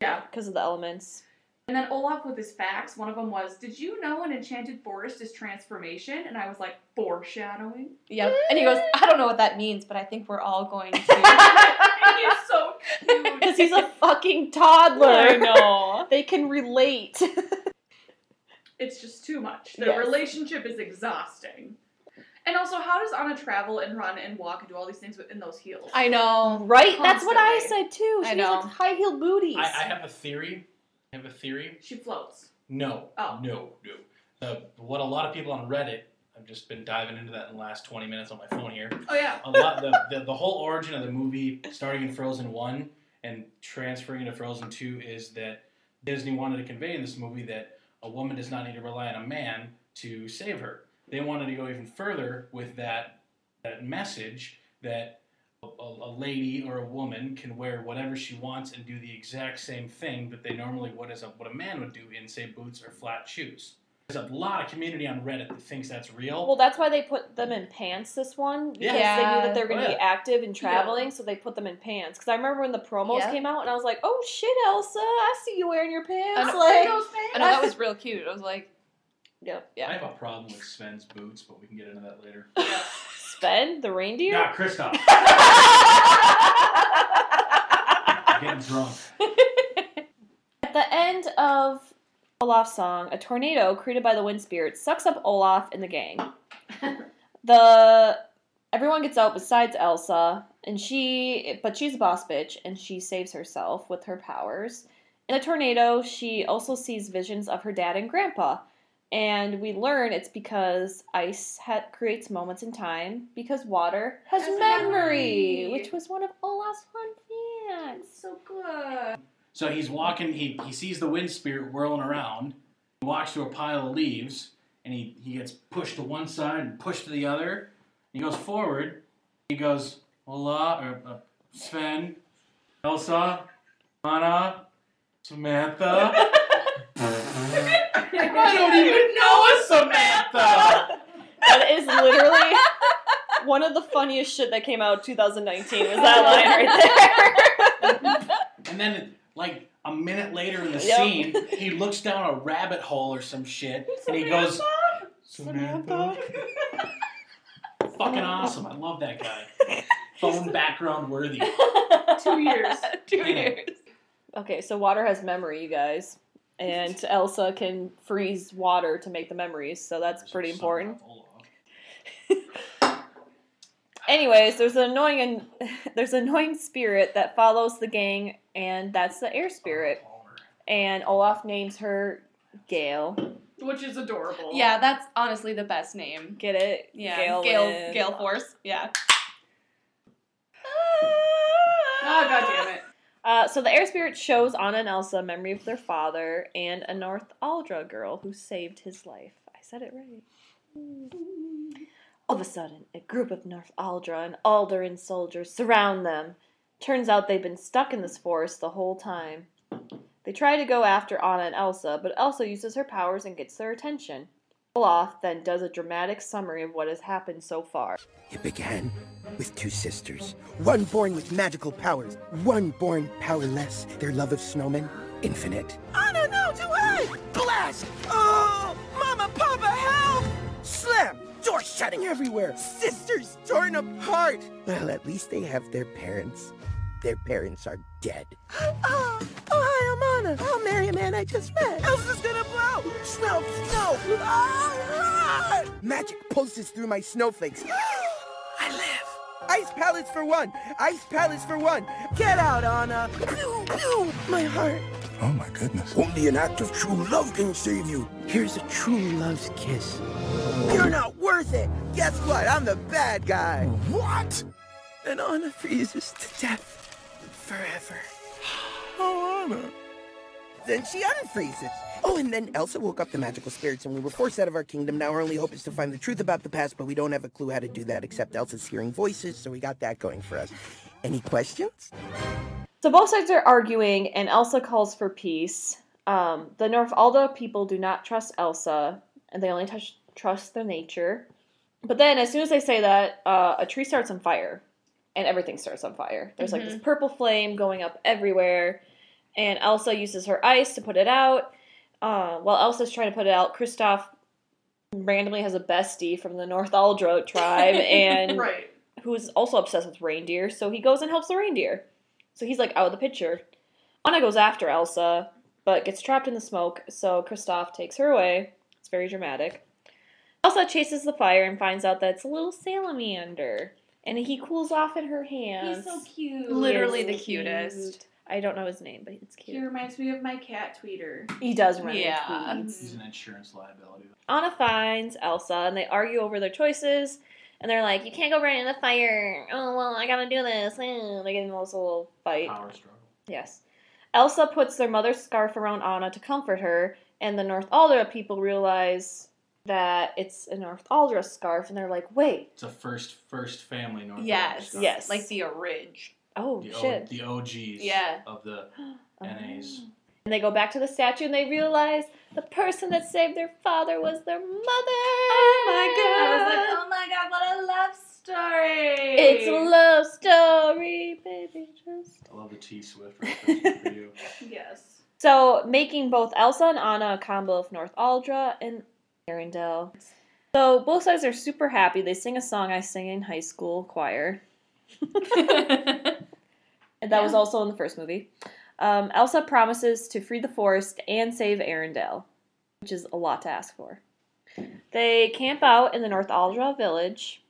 Speaker 2: Yeah,
Speaker 1: because of the elements.
Speaker 2: and then Olaf with his facts. One of them was, "Did you know an enchanted forest is transformation?" And I was like, foreshadowing.
Speaker 4: Yep. And he goes, I don't know what that means, but I think we're all going to.
Speaker 2: He's so cute.
Speaker 1: Because he's a fucking toddler.
Speaker 4: I know.
Speaker 1: They can relate.
Speaker 2: It's just too much. The
Speaker 1: Yes.
Speaker 2: relationship is exhausting. And also, how does Anna travel and run and walk and do all these things in those heels?
Speaker 4: I know.
Speaker 1: right? That's what I
Speaker 2: Constantly.
Speaker 1: said too. She
Speaker 4: I
Speaker 1: has
Speaker 4: know.
Speaker 1: like high heel booties.
Speaker 3: I, I have a theory. I have a theory.
Speaker 2: She floats.
Speaker 3: No.
Speaker 2: Oh.
Speaker 3: No, no. The, what a lot of people on Reddit, I've just been diving into that in the last 20 minutes on my phone here.
Speaker 2: Oh yeah.
Speaker 3: a lot the, the the whole origin of the movie starting in Frozen One and transferring into Frozen Two is that Disney wanted to convey in this movie that a woman does not need to rely on a man to save her. They wanted to go even further with that that message that a, a lady or a woman can wear whatever she wants and do the exact same thing that they normally would as a, what a man would do in say boots or flat shoes. There's a lot of community on Reddit that thinks that's real.
Speaker 1: Well, that's why they put them in pants this one because they knew that they were going to
Speaker 3: Yeah.
Speaker 1: be active and traveling, so they put them in pants. Because I remember when the promos
Speaker 4: Yeah.
Speaker 1: came out, and I was like, "Oh shit, Elsa! I see you wearing your pants!"
Speaker 4: know.
Speaker 1: like,
Speaker 2: those
Speaker 4: I know that was real cute. I was like,
Speaker 1: yep.
Speaker 4: yeah.
Speaker 3: I have a problem with Sven's boots, but we can get into that later.
Speaker 1: Sven, the reindeer.
Speaker 3: Not Kristoff. Getting drunk.
Speaker 1: At the end of Olaf's song, a tornado created by the wind spirit sucks up Olaf and the gang. the everyone gets out besides Elsa, and she but she's a boss bitch and she saves herself with her powers. In the tornado, she also sees visions of her dad and grandpa. And we learn it's because ice ha- creates moments in time because water has
Speaker 2: Has
Speaker 1: memory,
Speaker 2: memory.
Speaker 1: which was one of Olaf's fun facts.
Speaker 2: so good.
Speaker 3: So he's walking. He, he sees the wind spirit whirling around. He walks through a pile of leaves, and he, he gets pushed to one side and pushed to the other. He goes forward. He goes, Hola, or uh, Sven, Elsa, Anna, Samantha. I don't even know a Samantha.
Speaker 1: That is literally one of the funniest shit that came out of 2019 was that line right
Speaker 3: And then, like a minute later in the
Speaker 1: Yep.
Speaker 3: scene, he looks down a rabbit hole or some shit, and he goes, Samantha. Fucking awesome! I love that guy. Phone background worthy.
Speaker 1: there.
Speaker 2: Two years.
Speaker 4: two
Speaker 3: Yeah.
Speaker 4: years.
Speaker 1: Okay, so water has memory, you guys. And Elsa can freeze water to make the memories, so that's pretty important.
Speaker 3: uh,
Speaker 1: Anyways, there's an annoying and there's an annoying spirit that follows the gang, and that's the air spirit. And Olaf names her Gale.
Speaker 2: Which is adorable.
Speaker 4: Yeah, that's honestly the best name.
Speaker 1: Get it?
Speaker 4: Yeah.
Speaker 1: Gale.
Speaker 4: Gale, Gale,
Speaker 1: wins.
Speaker 4: Force. Yeah.
Speaker 2: Oh god damn it.
Speaker 1: Uh, so the air spirit shows Anna and Elsa a memory of their father and a North Aldra girl who saved his life. I said it right. All of a sudden, a group of North Aldra and Alderan soldiers surround them. Turns out they've been stuck in this forest the whole time. They try to go after Anna and Elsa, but Elsa uses her powers and gets their attention. Olaf then does a dramatic summary of what has happened so far.
Speaker 5: It began with two sisters, one born with magical powers, one born powerless. Their love of snowmen, infinite. I don't know, do I? Blast! Oh, Mama, Papa, help! Slam! Door shutting everywhere! Sisters torn apart! Well, at least they have their parents. Their parents are dead. Oh, hi, I'm Anna. I'll marry a man I just met. Elsa's gonna blow. Snow, snow. Ah, ah. Magic pulses through my snowflakes. I live. Ice palace for one. Ice palace for one. Get out, Anna. Pew, pew. My heart.
Speaker 6: Oh my goodness.
Speaker 5: Only an act of true love can save you. Here's a true love's kiss. You're not worth it. Guess what? I'm the bad guy.
Speaker 6: What?
Speaker 5: And Anna freezes to death forever.
Speaker 6: Oh, Anna.
Speaker 5: Then she unfreezes. Oh, and then Elsa woke up the magical spirits, and we were forced out of our kingdom. Now our only hope is to find the truth about the past, but we don't have a clue how to do that except Elsa's hearing voices, so we got that going for us. Any questions?
Speaker 1: So both sides are arguing, and Elsa calls for peace. Um, the Norfalda people do not trust Elsa, and they only touch, trust their nature. But then, as soon as they say that, uh, a tree starts on fire, and everything starts on fire. There's like this purple flame going up everywhere, and Elsa uses her ice to put it out. Uh, while Elsa's trying to put it out, Kristoff randomly has a bestie from the Northaldra tribe, and
Speaker 2: Right.
Speaker 1: who's also obsessed with reindeer, so he goes and helps the reindeer. So he's like out of the picture. Anna goes after Elsa, but gets trapped in the smoke, so Kristoff takes her away. It's very dramatic. Elsa chases the fire and finds out that it's a little salamander, and he cools off in her hands.
Speaker 4: He's so cute.
Speaker 1: Literally
Speaker 4: the cutest.
Speaker 1: I don't know his name, but it's
Speaker 2: He
Speaker 1: cute.
Speaker 2: reminds me of my cat tweeter.
Speaker 1: He does run
Speaker 4: Yeah.
Speaker 1: into
Speaker 3: He's an insurance liability.
Speaker 1: Anna finds Elsa and they argue over their choices. And they're like, you can't go right in the fire. Oh, well, I gotta do this. Eh, They get in this little fight.
Speaker 3: Power struggle.
Speaker 1: Yes. Elsa puts their mother's scarf around Anna to comfort her, and the North Aldra people realize that it's a North Aldra scarf, and they're like, wait,
Speaker 3: It's a first first family North
Speaker 4: Yes.
Speaker 3: Dakota.
Speaker 1: Yes.
Speaker 4: Like the orig.
Speaker 1: oh,
Speaker 3: The,
Speaker 1: shit. Oh.
Speaker 3: o- the OGs
Speaker 4: Yeah.
Speaker 3: of the NAs.
Speaker 1: And they go back to the statue and they realize the person that saved their father was their mother. Oh
Speaker 4: my god. I was like, oh my god, what a love story.
Speaker 1: It's a love story, baby. Just
Speaker 3: I love the T Swift reference for you.
Speaker 2: Yes.
Speaker 1: So, making both Elsa and Anna a combo of North Aldra and Arendelle. So, both sides are super happy. They sing a song I sing in high school choir. And that was
Speaker 2: Yeah.
Speaker 1: also in the first movie. Um, Elsa promises to free the forest and save Arendelle, which is a lot to ask for. They camp out in the North Aldra village.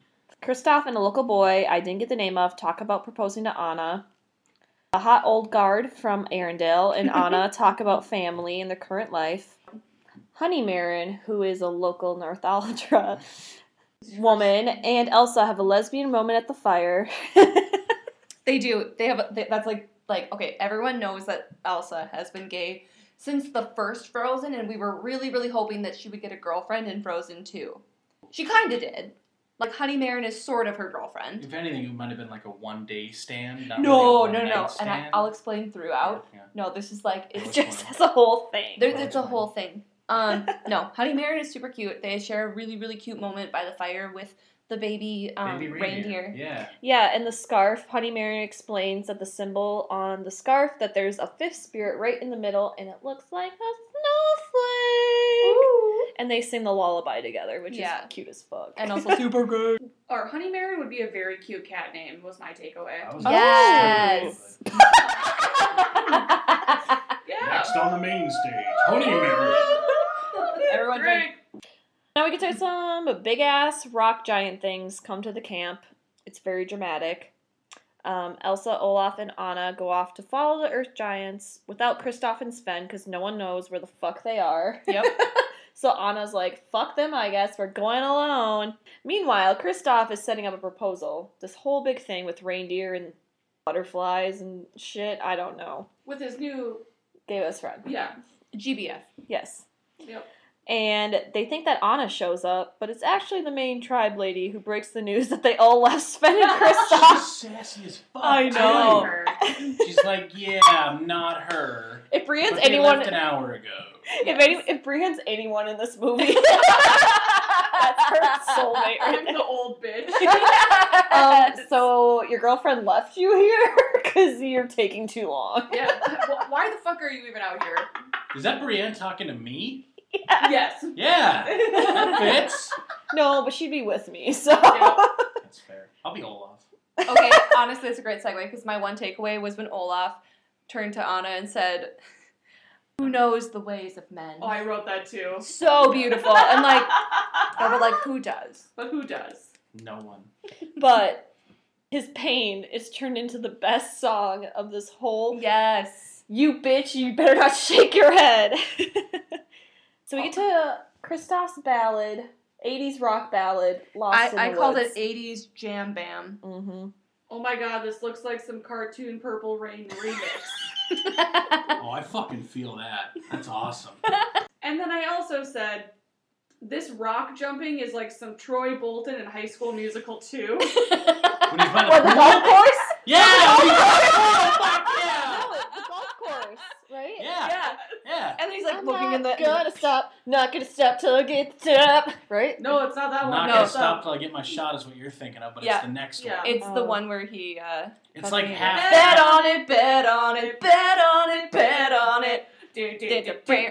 Speaker 1: Kristoff and a local boy I didn't get the name of talk about proposing to Anna. A hot old guard from Arendelle and Anna talk about family and their current life. Honey Marin, who is a local North Aldra woman, and Elsa have a lesbian moment at the fire.
Speaker 4: They do. They have. They, that's like like okay. Everyone knows that Elsa has been gay since the first Frozen, and we were really really hoping that she would get a girlfriend in Frozen two. She kind of did. Like Honey Marin is sort of her girlfriend.
Speaker 3: If anything, it might have been like a one day stand. Not
Speaker 4: No,
Speaker 3: really a
Speaker 4: no,
Speaker 3: one-night
Speaker 4: no. And I,
Speaker 3: stand.
Speaker 4: I'll explain throughout.
Speaker 3: Yeah, yeah.
Speaker 4: No, this is like it's
Speaker 3: Which
Speaker 4: just
Speaker 3: one?
Speaker 1: That's a whole thing.
Speaker 4: There's, it's a
Speaker 3: Which
Speaker 4: whole thing. Um, no, Honey Marin is super cute. They share a really, really cute moment by the fire with the baby, um,
Speaker 3: Baby
Speaker 4: reindeer.
Speaker 3: Yeah.
Speaker 1: Yeah, and the scarf. Honey Marion explains that the symbol on the scarf that there's a fifth spirit right in the middle, and it looks like a snowflake. And they sing the lullaby together, which
Speaker 4: Yeah.
Speaker 1: is cute as fuck.
Speaker 4: And also super good.
Speaker 2: Or Honey Mary would be a very cute cat name, was my takeaway.
Speaker 3: I was
Speaker 4: Yes.
Speaker 3: like,
Speaker 2: Yeah.
Speaker 3: Next on the main stage, Honey Mary.
Speaker 4: Everyone
Speaker 2: Great.
Speaker 1: now we get to some big ass rock giant things come to the camp. It's very dramatic. Um, Elsa, Olaf, and Anna go off to follow the Earth Giants without Kristoff and Sven because no one knows where the fuck they are.
Speaker 4: Yep.
Speaker 1: So Anna's like, fuck them, I guess, we're going alone. Meanwhile, Kristoff is setting up a proposal. This whole big thing with reindeer and butterflies and shit, I don't know.
Speaker 2: With his new
Speaker 1: Gave us friend.
Speaker 2: yeah.
Speaker 4: GBF.
Speaker 1: Yes.
Speaker 2: Yep.
Speaker 1: And they think that Anna shows up, but it's actually the main tribe lady who breaks the news that they all left Sven and Kristoff.
Speaker 3: She's sassy as fuck.
Speaker 1: I
Speaker 3: too.
Speaker 1: know.
Speaker 2: Her.
Speaker 3: She's like, yeah, not her.
Speaker 1: If Brienne's
Speaker 3: but they
Speaker 1: anyone,
Speaker 3: left an hour ago.
Speaker 1: if any, if Brienne's anyone in this movie, that's her soulmate right
Speaker 2: I'm the old bitch.
Speaker 1: um, so your girlfriend left you here because you're taking too long.
Speaker 2: yeah. Wh- Why the fuck are you even out here?
Speaker 3: Is that Brienne talking to me?
Speaker 2: yes.
Speaker 3: Yeah. That fits.
Speaker 1: No, but she'd be with me, so
Speaker 2: Yeah.
Speaker 3: That's fair. I'll be Olaf.
Speaker 4: okay, honestly, it's a great segue because my one takeaway was when Olaf turned to Anna and said, Who knows the ways of men?
Speaker 2: Oh, I wrote that too.
Speaker 4: so beautiful. And like, they were like, Who does?
Speaker 2: but who does?
Speaker 3: No one.
Speaker 1: But his pain is turned into the best song of this whole.
Speaker 4: Yes.
Speaker 1: You bitch, you better not shake your head. so we get to Christoph's ballad, 80s rock ballad, Lost in the
Speaker 4: I, I called
Speaker 1: Woods.
Speaker 4: it 80s Jam Bam.
Speaker 1: Mm-hmm.
Speaker 2: Oh my god, this looks like some cartoon Purple Rain remix.
Speaker 3: Oh, I fucking feel that. That's awesome.
Speaker 2: and then I also said, this rock jumping is like some Troy Bolton in High School Musical 2.
Speaker 3: When you find
Speaker 1: Or the
Speaker 3: a
Speaker 1: golf course?
Speaker 3: yeah, oh, fuck yeah,
Speaker 1: No, it's the golf course, right?
Speaker 3: Yeah. yeah.
Speaker 4: And he's like
Speaker 1: I'm
Speaker 4: looking
Speaker 1: not
Speaker 4: in the.
Speaker 1: gonna stop, not gonna stop till I get to up, right?
Speaker 2: No, it's not that
Speaker 3: I'm
Speaker 2: one.
Speaker 3: not
Speaker 4: No,
Speaker 3: gonna
Speaker 2: it's the-
Speaker 3: stop till I get my shot is what you're thinking of, but
Speaker 4: Yeah.
Speaker 3: it's the next
Speaker 2: Yeah.
Speaker 3: one.
Speaker 4: It's the
Speaker 1: Oh.
Speaker 4: one where he. Uh,
Speaker 3: It's like
Speaker 4: fucking-
Speaker 3: half.
Speaker 4: Bet on it, bet on it, bet on it, bet on it.
Speaker 2: Do, do, do, do.
Speaker 3: Or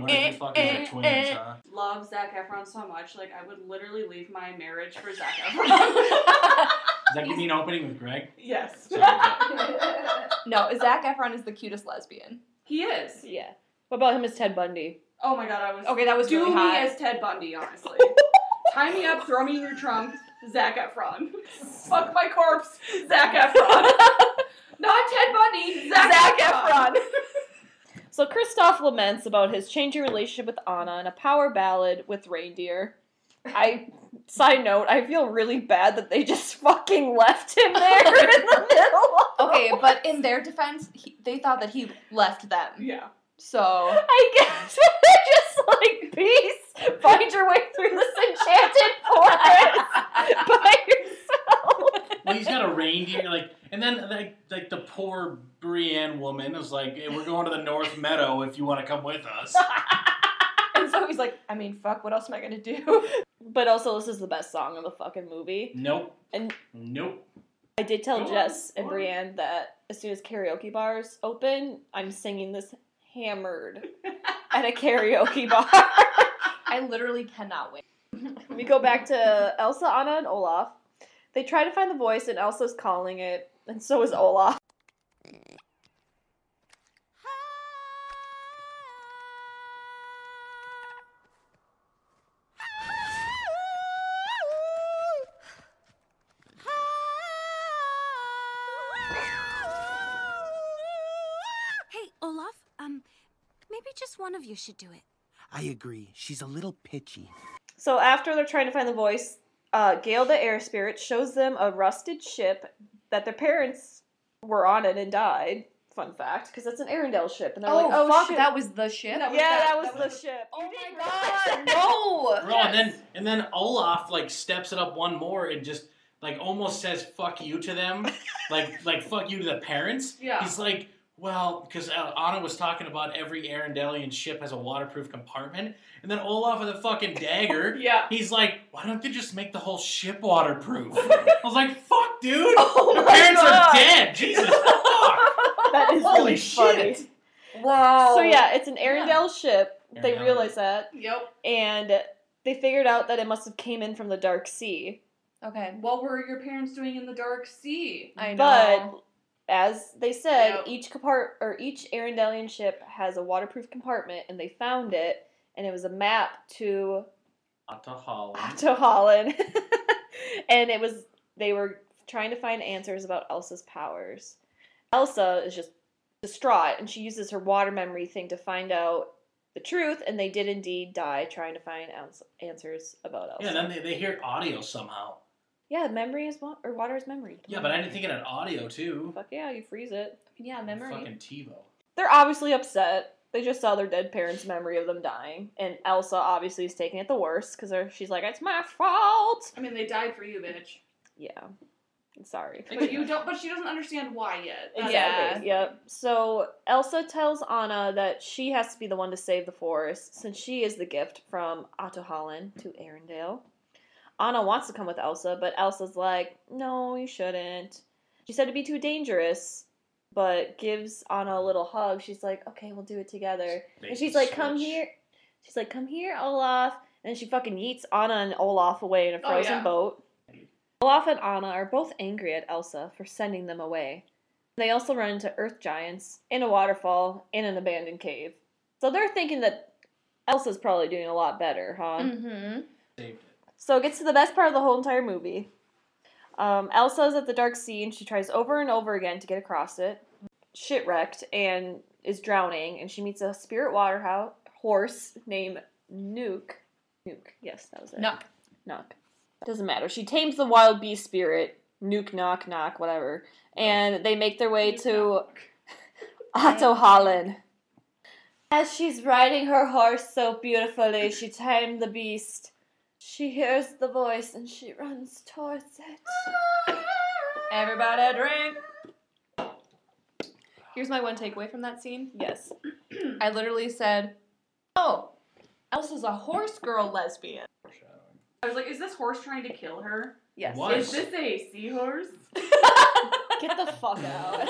Speaker 3: what if you fucking are twins,
Speaker 4: That's
Speaker 3: huh?
Speaker 2: Love Zach Efron so much, like I would literally leave my marriage for Zach Efron.
Speaker 3: Does that give me an opening with Greg?
Speaker 2: yes.
Speaker 4: No, Zach Efron is the cutest lesbian.
Speaker 2: he is.
Speaker 1: Yeah. What about him as Ted Bundy?
Speaker 2: Oh my god, I was
Speaker 4: Okay, that was
Speaker 2: do
Speaker 4: really
Speaker 2: me
Speaker 4: hot.
Speaker 2: as Ted Bundy, honestly. Tie me up, throw me in your trunk, Zach Efron. Fuck my corpse, Zach Efron. Not Ted Bundy, Zach,
Speaker 4: Zac
Speaker 2: Efron.
Speaker 1: So Kristoff laments about his changing relationship with Anna in a power ballad with reindeer. I side note, I feel really bad that they just fucking left him there in the middle.
Speaker 4: Okay, but in their defense, he, they thought that he left them.
Speaker 2: Yeah.
Speaker 4: So
Speaker 1: I guess they're just like peace. Find your way through this enchanted forest by yourself.
Speaker 3: Well, he's got a reindeer, like, and then like, like the poor Brienne woman is like, "Hey, we're going to the North Meadow if you want to come with us."
Speaker 4: and so he's like, I mean, fuck. What else am I gonna do?
Speaker 1: But also, this is the best song in the fucking movie.
Speaker 3: Nope.
Speaker 1: And-
Speaker 3: nope.
Speaker 1: I did tell
Speaker 3: Go on,
Speaker 1: Jess and
Speaker 3: go on.
Speaker 1: Brienne that as soon as karaoke bars open, I'm singing this hammered at a karaoke bar.
Speaker 4: I literally cannot wait.
Speaker 1: we go back to Elsa, Anna, and Olaf. They try to find the voice, and Elsa's calling it, and so is Olaf.
Speaker 7: Hey, Olaf, um, maybe just one of you should do it.
Speaker 5: I agree. She's a little pitchy.
Speaker 1: So after they're trying to find the voice, uh, Gail the air spirit shows them a rusted ship that their parents were on it and died. Fun fact, because that's an Arendelle ship, and they're like, "Oh fuck,
Speaker 4: that was the shit.
Speaker 1: yeah, that was the ship."
Speaker 4: Oh my god, no.
Speaker 3: Bro, Oh, and then and then Olaf like steps it up one more and just like almost says "fuck you" to them, like like "fuck you" to the parents.
Speaker 2: Yeah.
Speaker 3: He's like, well, because uh, Anna was talking about every Arendellian ship has a waterproof compartment, and then Olaf with a fucking dagger.
Speaker 2: Yeah.
Speaker 3: He's like, why don't they just make the whole ship waterproof? I was like, fuck, dude.
Speaker 2: Oh
Speaker 3: Your parents are dead. Jesus fuck.
Speaker 1: That is
Speaker 3: Holy
Speaker 1: really funny.
Speaker 3: shit.
Speaker 4: Wow.
Speaker 1: So yeah, it's an Arendelle ship. They
Speaker 3: Arendelle.
Speaker 1: realize that,
Speaker 2: Yep.
Speaker 1: and they figured out that it must have came in from the Dark Sea.
Speaker 4: Okay.
Speaker 2: What were your parents doing in the dark sea?
Speaker 4: I know.
Speaker 1: But as they said,
Speaker 2: Yep.
Speaker 1: each compart or each Arendellian ship has a waterproof compartment, and they found it, and it was a map to
Speaker 3: Otto Holland.
Speaker 1: to Holland, and it was they were trying to find answers about Elsa's powers. Elsa is just distraught, and she uses her water memory thing to find out the truth, and they did indeed die trying to find ans- answers about Elsa.
Speaker 3: Yeah, and then they, they hear audio somehow.
Speaker 1: Yeah, memory is wa- or water is memory.
Speaker 3: Yeah, but I didn't think it had audio too.
Speaker 1: Fuck yeah, you freeze it.
Speaker 4: yeah, memory.
Speaker 3: Fucking TiVo.
Speaker 1: They're obviously upset. They just saw their dead parents' memory of them dying, and Elsa obviously is taking it the worst because she's like, "It's my fault."
Speaker 2: I mean, they died for you, bitch.
Speaker 1: Yeah, I'm sorry.
Speaker 2: But you don't. But she doesn't understand why yet. That's the
Speaker 1: Exactly.
Speaker 2: thing.
Speaker 1: Yep. So Elsa tells Anna that she has to be the one to save the forest since she is the gift from Otto Holland to Arendelle. Anna wants to come with Elsa, but Elsa's like, "No, you shouldn't." She said it'd be too dangerous, but gives Anna a little hug. She's like, "Okay, we'll do it together." And she's like, "Come
Speaker 3: Switch.
Speaker 1: here." She's like, "Come here, Olaf." And she fucking yeets Anna and Olaf away in a
Speaker 2: Oh,
Speaker 1: frozen
Speaker 2: yeah.
Speaker 1: boat. Olaf and Anna are both angry at Elsa for sending them away. They also run into earth giants in a waterfall in an abandoned cave. So they're thinking that Elsa's probably doing a lot better, huh?
Speaker 4: Mm-hmm.
Speaker 3: Saved it.
Speaker 1: So it gets to the best part of the whole entire movie. Um, Elsa is at the dark sea and she tries over and over again to get across it. Shit wrecked and is drowning, and she meets a spirit water ho- horse named Nuke. Nuke, yes, that was it.
Speaker 4: Knock.
Speaker 1: Knock. Doesn't matter. She tames the wild beast spirit, Nuke, Knock, Knock, whatever, and they make their way to Otto Holland. As she's riding her horse so beautifully, she tamed the beast. She hears the voice and she runs towards it.
Speaker 4: Everybody drink. Here's my one takeaway from that scene.
Speaker 1: Yes.
Speaker 4: I literally said, "Oh, Elsa's a horse girl lesbian."
Speaker 3: Foreshadowing.
Speaker 2: I was like, is this horse trying to kill her?
Speaker 4: Yes.
Speaker 3: What?
Speaker 2: Is this a seahorse?
Speaker 1: Get the fuck out.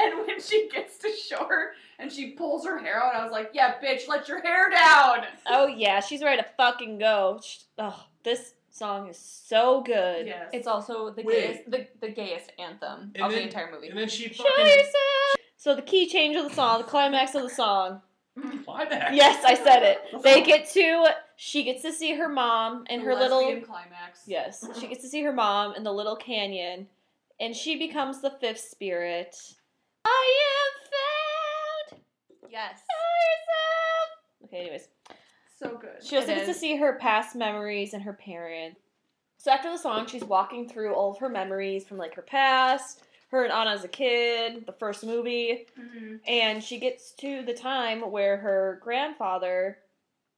Speaker 2: and when she gets to shore and she pulls her hair out, I was like, yeah, bitch, let your hair down.
Speaker 1: oh yeah, she's ready to fucking go. Sh oh, this song is so good.
Speaker 2: Yes.
Speaker 4: It's also the
Speaker 3: Wait.
Speaker 4: gayest, the, the gayest anthem
Speaker 3: And
Speaker 4: of the
Speaker 3: then-
Speaker 4: entire movie.
Speaker 3: And then she
Speaker 1: Show
Speaker 3: fucking
Speaker 1: yourself. So the key change of the song, the climax of the song.
Speaker 3: climax.
Speaker 1: Yes, I said it. They get to. She gets to see her mom and
Speaker 2: The
Speaker 1: her little
Speaker 2: lesbian climax.
Speaker 1: Yes. She gets to see her mom in the little canyon, and she becomes the fifth spirit. I am found!
Speaker 4: yes.
Speaker 1: Yourself! Okay, anyways.
Speaker 2: So good.
Speaker 1: She also
Speaker 4: It
Speaker 1: gets
Speaker 4: is.
Speaker 1: to see her past memories and her parents. So after the song, she's walking through all of her memories from like her past, her and Anna as a kid, the first movie,
Speaker 2: Mhm.
Speaker 1: and she gets to the time where her grandfather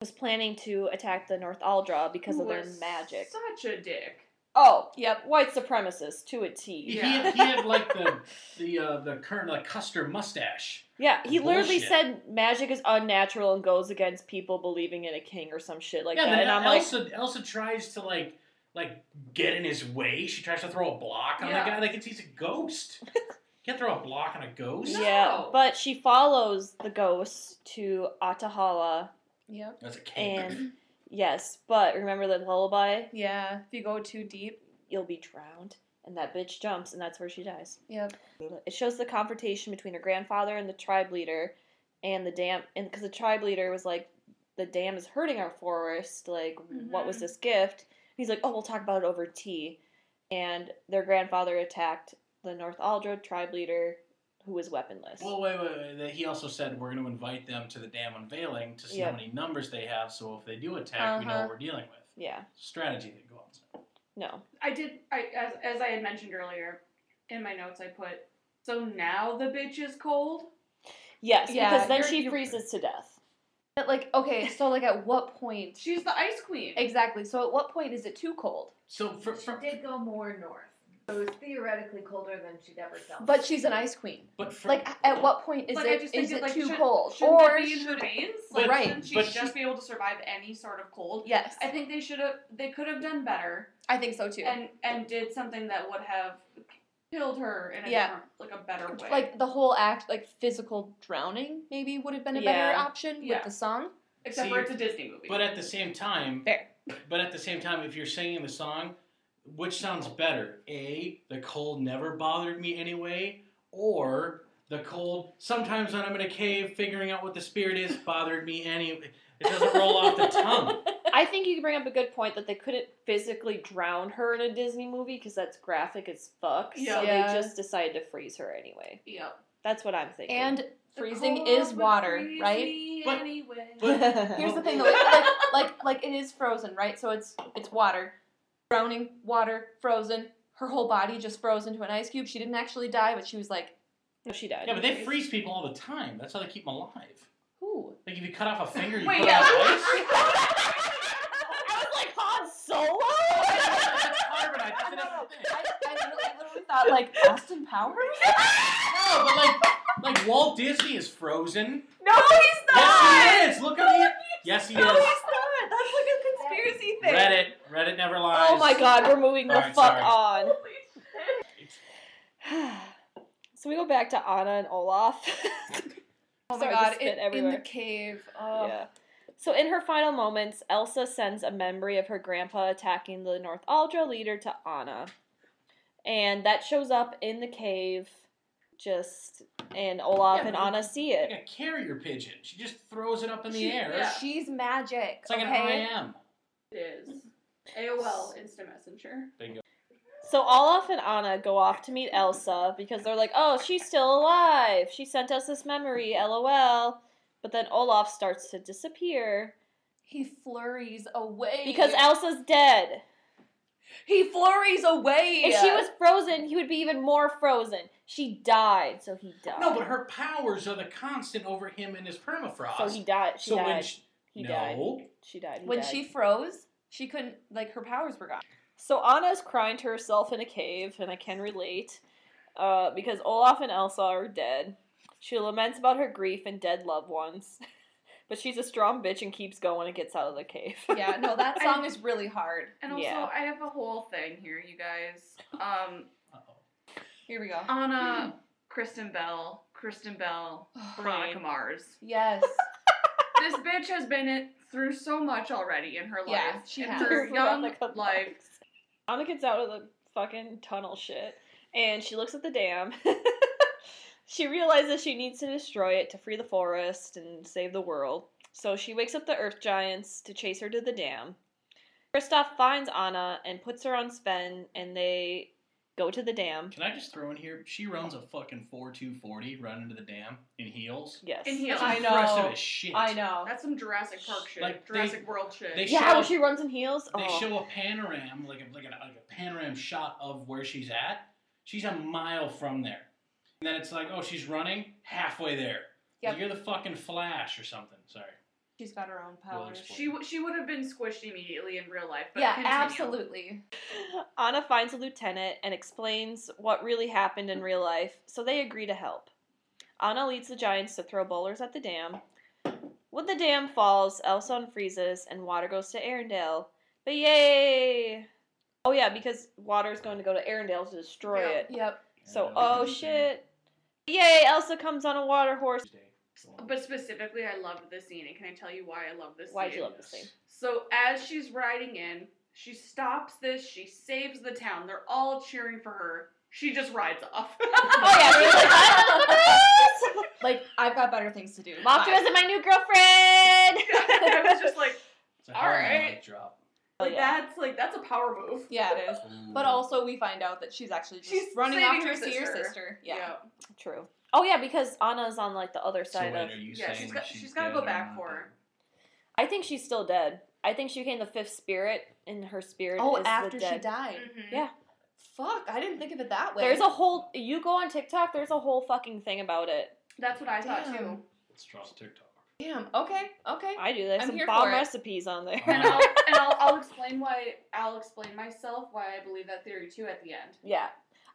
Speaker 1: was planning to attack the North Aldra because
Speaker 2: You
Speaker 1: of their
Speaker 2: are
Speaker 1: magic.
Speaker 2: Such a dick.
Speaker 1: Oh, yep, white supremacist to a T.
Speaker 3: He,
Speaker 2: Yeah.
Speaker 3: had, he had like the the uh, the current like Custer mustache.
Speaker 1: Yeah, he literally
Speaker 3: Bullshit.
Speaker 1: said magic is unnatural and goes against people believing in a king or some shit like
Speaker 3: yeah,
Speaker 1: that.
Speaker 3: then
Speaker 1: And I'm like,
Speaker 3: Elsa Elsa tries to like like get in his way. She tries to throw a block on
Speaker 2: Yeah.
Speaker 3: the guy. Like it's, he's a ghost. Can't throw a block on a ghost.
Speaker 1: yeah,
Speaker 2: No.
Speaker 1: but she follows the ghost to Atahala,
Speaker 4: Yep.
Speaker 3: That's a cake.
Speaker 1: and yes, but remember that lullaby,
Speaker 4: Yeah. If you go too deep.
Speaker 1: you'll be drowned, and that bitch jumps, and that's where she dies.
Speaker 4: Yep.
Speaker 1: It shows the confrontation between her grandfather and the tribe leader, and the dam, and because the tribe leader was like, "The dam is hurting our forest. Like, what was
Speaker 2: Mhm.
Speaker 1: this gift?" And he's like, "Oh, we'll talk about it over tea." And their grandfather attacked the North Aldra tribe leader, who was weaponless.
Speaker 3: Well, wait, wait, wait. that- He also said we're going to invite them to the dam unveiling to see
Speaker 1: Yep.
Speaker 3: how many numbers they have. So if they do attack, we know
Speaker 4: Uh-huh.
Speaker 3: what we're dealing with.
Speaker 1: yeah,
Speaker 3: Strategy that goes.
Speaker 1: no,
Speaker 2: I did. I as, as I had mentioned earlier in my notes, I put. So now the bitch is cold.
Speaker 1: yes,
Speaker 4: Yeah,
Speaker 1: because then
Speaker 2: you're-
Speaker 1: she
Speaker 2: you're-
Speaker 1: freezes to death.
Speaker 4: But like, okay, so like, at what point?
Speaker 2: She's the ice queen.
Speaker 4: Exactly. So at what point is it too cold?
Speaker 3: So for, for
Speaker 8: She did go more north. So it's theoretically colder than she'd ever felt.
Speaker 4: But she's an ice queen.
Speaker 3: but for
Speaker 4: Like, at what point is
Speaker 2: Like, I
Speaker 4: it,
Speaker 2: just think
Speaker 4: is
Speaker 2: that,
Speaker 4: it
Speaker 2: like,
Speaker 4: too
Speaker 2: should-
Speaker 4: cold?
Speaker 2: Shouldn't
Speaker 4: Or
Speaker 2: it be inhumane?
Speaker 3: But-
Speaker 2: Like,
Speaker 4: Right.
Speaker 2: shouldn't she
Speaker 3: but
Speaker 2: just
Speaker 3: she-
Speaker 2: be able to survive any sort of cold?
Speaker 4: yes,
Speaker 2: I think they should have. They could have done better
Speaker 4: I think so too.
Speaker 2: and and did something that would have killed her in a
Speaker 4: Yeah.
Speaker 2: different, like a better way.
Speaker 4: like the whole act, like physical drowning, maybe would have been a better
Speaker 1: Yeah.
Speaker 4: option
Speaker 2: Yeah.
Speaker 4: with the song.
Speaker 2: except
Speaker 3: See,
Speaker 2: for it's a Disney movie.
Speaker 3: but at the same time,
Speaker 4: Fair.
Speaker 3: but at the same time, if you're singing the song, which sounds better? A, the cold never bothered me anyway, or the cold sometimes when I'm in a cave figuring out what the spirit is bothered me anyway. It doesn't roll off the tongue.
Speaker 1: I think you bring up a good point that they couldn't physically drown her in a Disney movie because that's graphic as fuck.
Speaker 2: Yeah.
Speaker 1: So
Speaker 4: Yeah.
Speaker 1: they just decided to freeze her anyway.
Speaker 2: yeah,
Speaker 1: That's what I'm thinking.
Speaker 4: And freezing is water, right?
Speaker 3: But-
Speaker 2: anyway.
Speaker 3: But
Speaker 4: Here's the
Speaker 3: Well-
Speaker 4: thing, though, like, like like it is frozen, right? So it's it's water, drowning, water, frozen. Her whole body just froze into an ice cube. She didn't actually die, but she was like,
Speaker 1: no, she died.
Speaker 3: yeah, but they freeze people all the time. That's how they keep them alive.
Speaker 4: "Ooh,
Speaker 3: Like if you cut off a finger, you
Speaker 2: Wait,
Speaker 3: put
Speaker 2: yeah.
Speaker 3: off ice.
Speaker 1: I was like Han Solo.
Speaker 3: That's carbonite. That's a different thing.
Speaker 4: I, I, literally, I literally thought like Austin Powers."
Speaker 3: No, but like, like Walt Disney is frozen.
Speaker 4: No, he's
Speaker 3: Yes, he is. Look at him. Yes, he is.
Speaker 4: not. That's like a conspiracy
Speaker 3: Reddit. Reddit never lies.
Speaker 1: Oh my god, we're moving the
Speaker 3: Alright,
Speaker 1: fuck
Speaker 3: sorry.
Speaker 1: on. so we go back to Anna and Olaf.
Speaker 4: Oh my
Speaker 1: Sorry,
Speaker 4: god,
Speaker 1: just spit
Speaker 4: it- in
Speaker 1: everywhere.
Speaker 4: the cave. Oh.
Speaker 1: Yeah. So in her final moments, Elsa sends a memory of her grandpa attacking the North Aldra leader to Anna. and that shows up in the cave. Just and Olaf
Speaker 3: Yeah,
Speaker 1: and
Speaker 3: but-
Speaker 1: Anna see it.
Speaker 3: Like a carrier pigeon. She just throws it up in the
Speaker 2: She-
Speaker 3: air.
Speaker 2: yeah.
Speaker 4: She's magic.
Speaker 3: It's like
Speaker 4: okay?
Speaker 3: an I am.
Speaker 2: It is. AOL Instant Messenger.
Speaker 1: So Olaf and Anna go off to meet Elsa because they're like, "Oh, she's still alive. She sent us this memory. LOL." But then Olaf starts to disappear
Speaker 4: He flurries away.
Speaker 1: because Elsa's dead.
Speaker 4: he flurries away.
Speaker 1: If she was frozen, he would be even more frozen. She died, so he died.
Speaker 3: No, but her powers are the constant over him and his permafrost.
Speaker 1: So he died. She
Speaker 3: So
Speaker 1: died.
Speaker 3: when she,
Speaker 1: he
Speaker 3: no,
Speaker 1: died. She died. He
Speaker 4: when
Speaker 1: died.
Speaker 4: she froze, she couldn't like her powers were gone.
Speaker 1: So Anna's crying to herself in a cave, and I can relate, uh, because Olaf and Elsa are dead. She laments about her grief and dead loved ones, but she's a strong bitch and keeps going and gets out of the cave.
Speaker 4: Yeah, no, that song is really hard.
Speaker 2: And also,
Speaker 1: Yeah.
Speaker 2: I have a whole thing here, you guys. Um,
Speaker 3: Uh-oh.
Speaker 4: Here we go.
Speaker 2: Anna, Kristen Bell, Kristen Bell, Veronica Mars.
Speaker 4: Yes.
Speaker 2: This bitch has been it through so much already in her life.
Speaker 4: Yeah, she
Speaker 2: in
Speaker 4: has.
Speaker 2: her young
Speaker 1: Veronica Mars.
Speaker 2: life.
Speaker 1: Anna gets out of the fucking tunnel shit, and she looks at the dam. she realizes she needs to destroy it to free the forest and save the world. So she wakes up the earth giants to chase her to the dam. Kristoff finds Anna and puts her on Sven, and they go to the dam.
Speaker 3: Can I just throw in here? She runs a fucking 4240 running to the dam in heels.
Speaker 1: Yes.
Speaker 2: In heels.
Speaker 3: That's
Speaker 4: I know.
Speaker 3: impressive as shit.
Speaker 4: I know.
Speaker 2: That's some Jurassic Park shit.
Speaker 3: Like, they-
Speaker 2: Jurassic World shit.
Speaker 3: they-
Speaker 1: yeah, when
Speaker 3: show-
Speaker 1: she runs in heels.
Speaker 3: They
Speaker 1: oh.
Speaker 3: show a panorama, like a, like, a, like a panorama shot of where she's at. She's a mile from there. And then it's like, oh, she's running halfway there.
Speaker 4: Yep.
Speaker 3: You're the fucking Flash or something. Sorry.
Speaker 4: She's got her own powers.
Speaker 3: explain.
Speaker 2: she w- she would have been squished immediately in real life. But
Speaker 4: Yeah,
Speaker 2: continue.
Speaker 4: absolutely.
Speaker 1: Anna finds a lieutenant and explains what really happened in real life, so they agree to help. Anna leads the giants to throw boulders at the dam. When the dam falls, Elsa unfreezes and water goes to Arendelle. But yay! Oh yeah, because water is going to go to Arendelle to destroy
Speaker 2: Yeah.
Speaker 1: it.
Speaker 4: Yep.
Speaker 1: So
Speaker 3: And that
Speaker 1: oh
Speaker 3: was Tuesday.
Speaker 1: shit! Yay! Elsa comes on a water horse.
Speaker 3: Tuesday.
Speaker 2: But specifically, I loved this scene, and can I tell you why I love this scene?
Speaker 1: Why'd you love this scene?
Speaker 2: So as she's riding in, she stops this. She saves the town. They're all cheering for her. She just rides off.
Speaker 1: Oh yeah, she's like, I love this.
Speaker 4: Like I've got better things to do.
Speaker 1: Mofta
Speaker 4: Bye.
Speaker 1: isn't my new girlfriend.
Speaker 2: I was just like,
Speaker 3: It's a hell of a
Speaker 2: Alright.
Speaker 3: mic drop.
Speaker 1: Oh,
Speaker 2: like
Speaker 1: yeah.
Speaker 2: that's like that's a power move.
Speaker 4: Yeah, it is. But also, we find out that she's actually just
Speaker 2: She's
Speaker 4: running
Speaker 2: saving
Speaker 4: off to
Speaker 2: her
Speaker 4: see her
Speaker 2: sister.
Speaker 4: sister. Yeah.
Speaker 1: True. Oh yeah, because Anna's on like the other
Speaker 3: So
Speaker 1: side
Speaker 3: wait,
Speaker 1: of.
Speaker 3: are you
Speaker 2: Yeah,
Speaker 3: saying
Speaker 2: she's got-
Speaker 3: she's
Speaker 2: she's gotta
Speaker 3: dead
Speaker 2: go
Speaker 3: or
Speaker 2: back
Speaker 3: not
Speaker 2: for
Speaker 3: dead?
Speaker 2: her.
Speaker 1: I think she's still dead. I think she became the fifth spirit, and her spirit.
Speaker 4: Oh,
Speaker 1: is
Speaker 4: after
Speaker 1: the
Speaker 4: she
Speaker 1: dead.
Speaker 4: died.
Speaker 2: Mhm.
Speaker 1: Yeah.
Speaker 4: Mm. Fuck, I didn't think of it that way.
Speaker 1: There's a whole. You go on TikTok. There's a whole fucking thing about it.
Speaker 2: That's what I thought
Speaker 4: Damn.
Speaker 2: too.
Speaker 3: Let's draw some TikTok.
Speaker 4: damn. Okay, okay.
Speaker 1: I do. There's
Speaker 4: I'm
Speaker 1: some
Speaker 4: here
Speaker 1: bomb
Speaker 4: for it.
Speaker 1: recipes on there.
Speaker 2: And I'll, and I'll, I'll explain why I'll explain myself why I believe that theory too at the end.
Speaker 1: yeah,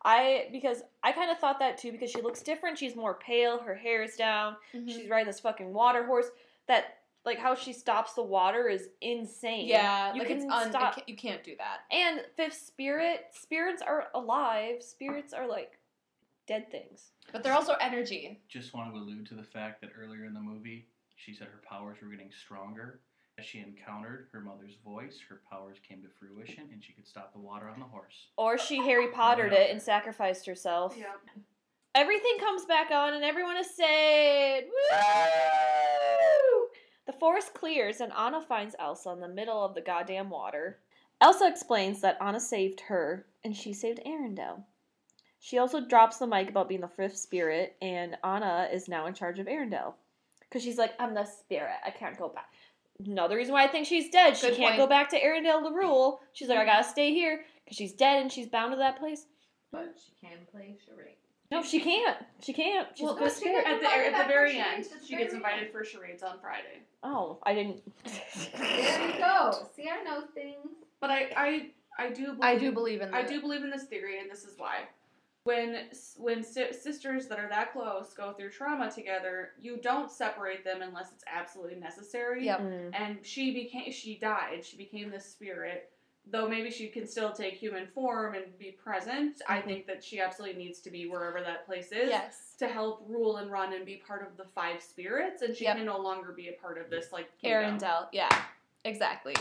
Speaker 1: I because I kind of thought that too because she looks different. She's more pale. Her hair is down.
Speaker 4: Mhm.
Speaker 1: She's riding this fucking water horse. That like how she stops the water is insane.
Speaker 4: Yeah,
Speaker 1: you
Speaker 4: like
Speaker 1: can
Speaker 4: it's un- it
Speaker 1: stop.
Speaker 4: can't- you can't do that.
Speaker 1: And fifth spirit, spirits are alive. Spirits are like dead things.
Speaker 4: But they're also energy.
Speaker 3: Just want to allude to the fact that earlier in the movie, she said her powers were getting stronger. As she encountered her mother's voice, her powers came to fruition, and she could stop the water on the horse.
Speaker 1: Or she Harry Pottered
Speaker 3: Yeah.
Speaker 1: it and sacrificed herself.
Speaker 2: Yeah.
Speaker 1: Everything comes back on and everyone is saved. Woo! The forest clears and Anna finds Elsa in the middle of the goddamn water. Elsa explains that Anna saved her and she saved Arendelle. She also drops the mic about being the fifth spirit, and Anna is now in charge of Arendelle. Because she's like, I'm the spirit. I can't go back. Another reason why I think she's dead. She
Speaker 4: Good
Speaker 1: can't
Speaker 4: point.
Speaker 1: go back to Arendelle to rule. She's like, I gotta stay here because she's dead and she's bound to that place.
Speaker 8: But she can play charades.
Speaker 1: No, she can't. She can't. She's
Speaker 8: Well,
Speaker 1: a
Speaker 8: no,
Speaker 1: good
Speaker 8: she
Speaker 1: spirit.
Speaker 8: got
Speaker 2: At the
Speaker 8: invited
Speaker 2: at
Speaker 8: back
Speaker 2: the
Speaker 8: for
Speaker 2: very end,
Speaker 8: charades at the
Speaker 2: she gets
Speaker 8: very
Speaker 2: invited
Speaker 8: end.
Speaker 2: for charades on Friday.
Speaker 1: Oh, I didn't.
Speaker 8: There you go. See, I know things.
Speaker 2: But I I I do believe
Speaker 4: I do believe in that.
Speaker 2: I do believe in this theory, and this is why. When when si- sisters that are that close go through trauma together, you don't separate them unless it's absolutely necessary.
Speaker 4: Yep.
Speaker 1: Mm.
Speaker 2: And she became she died. She became this spirit, though maybe she can still take human form and be present. I
Speaker 1: Mhm.
Speaker 2: think that she absolutely needs to be wherever that place is
Speaker 4: Mm-hmm. Yes.
Speaker 2: to help rule and run and be part of the five spirits. And she
Speaker 4: Yep.
Speaker 2: can no longer be a part of this like kingdom.
Speaker 4: Arendelle. Yeah. Exactly.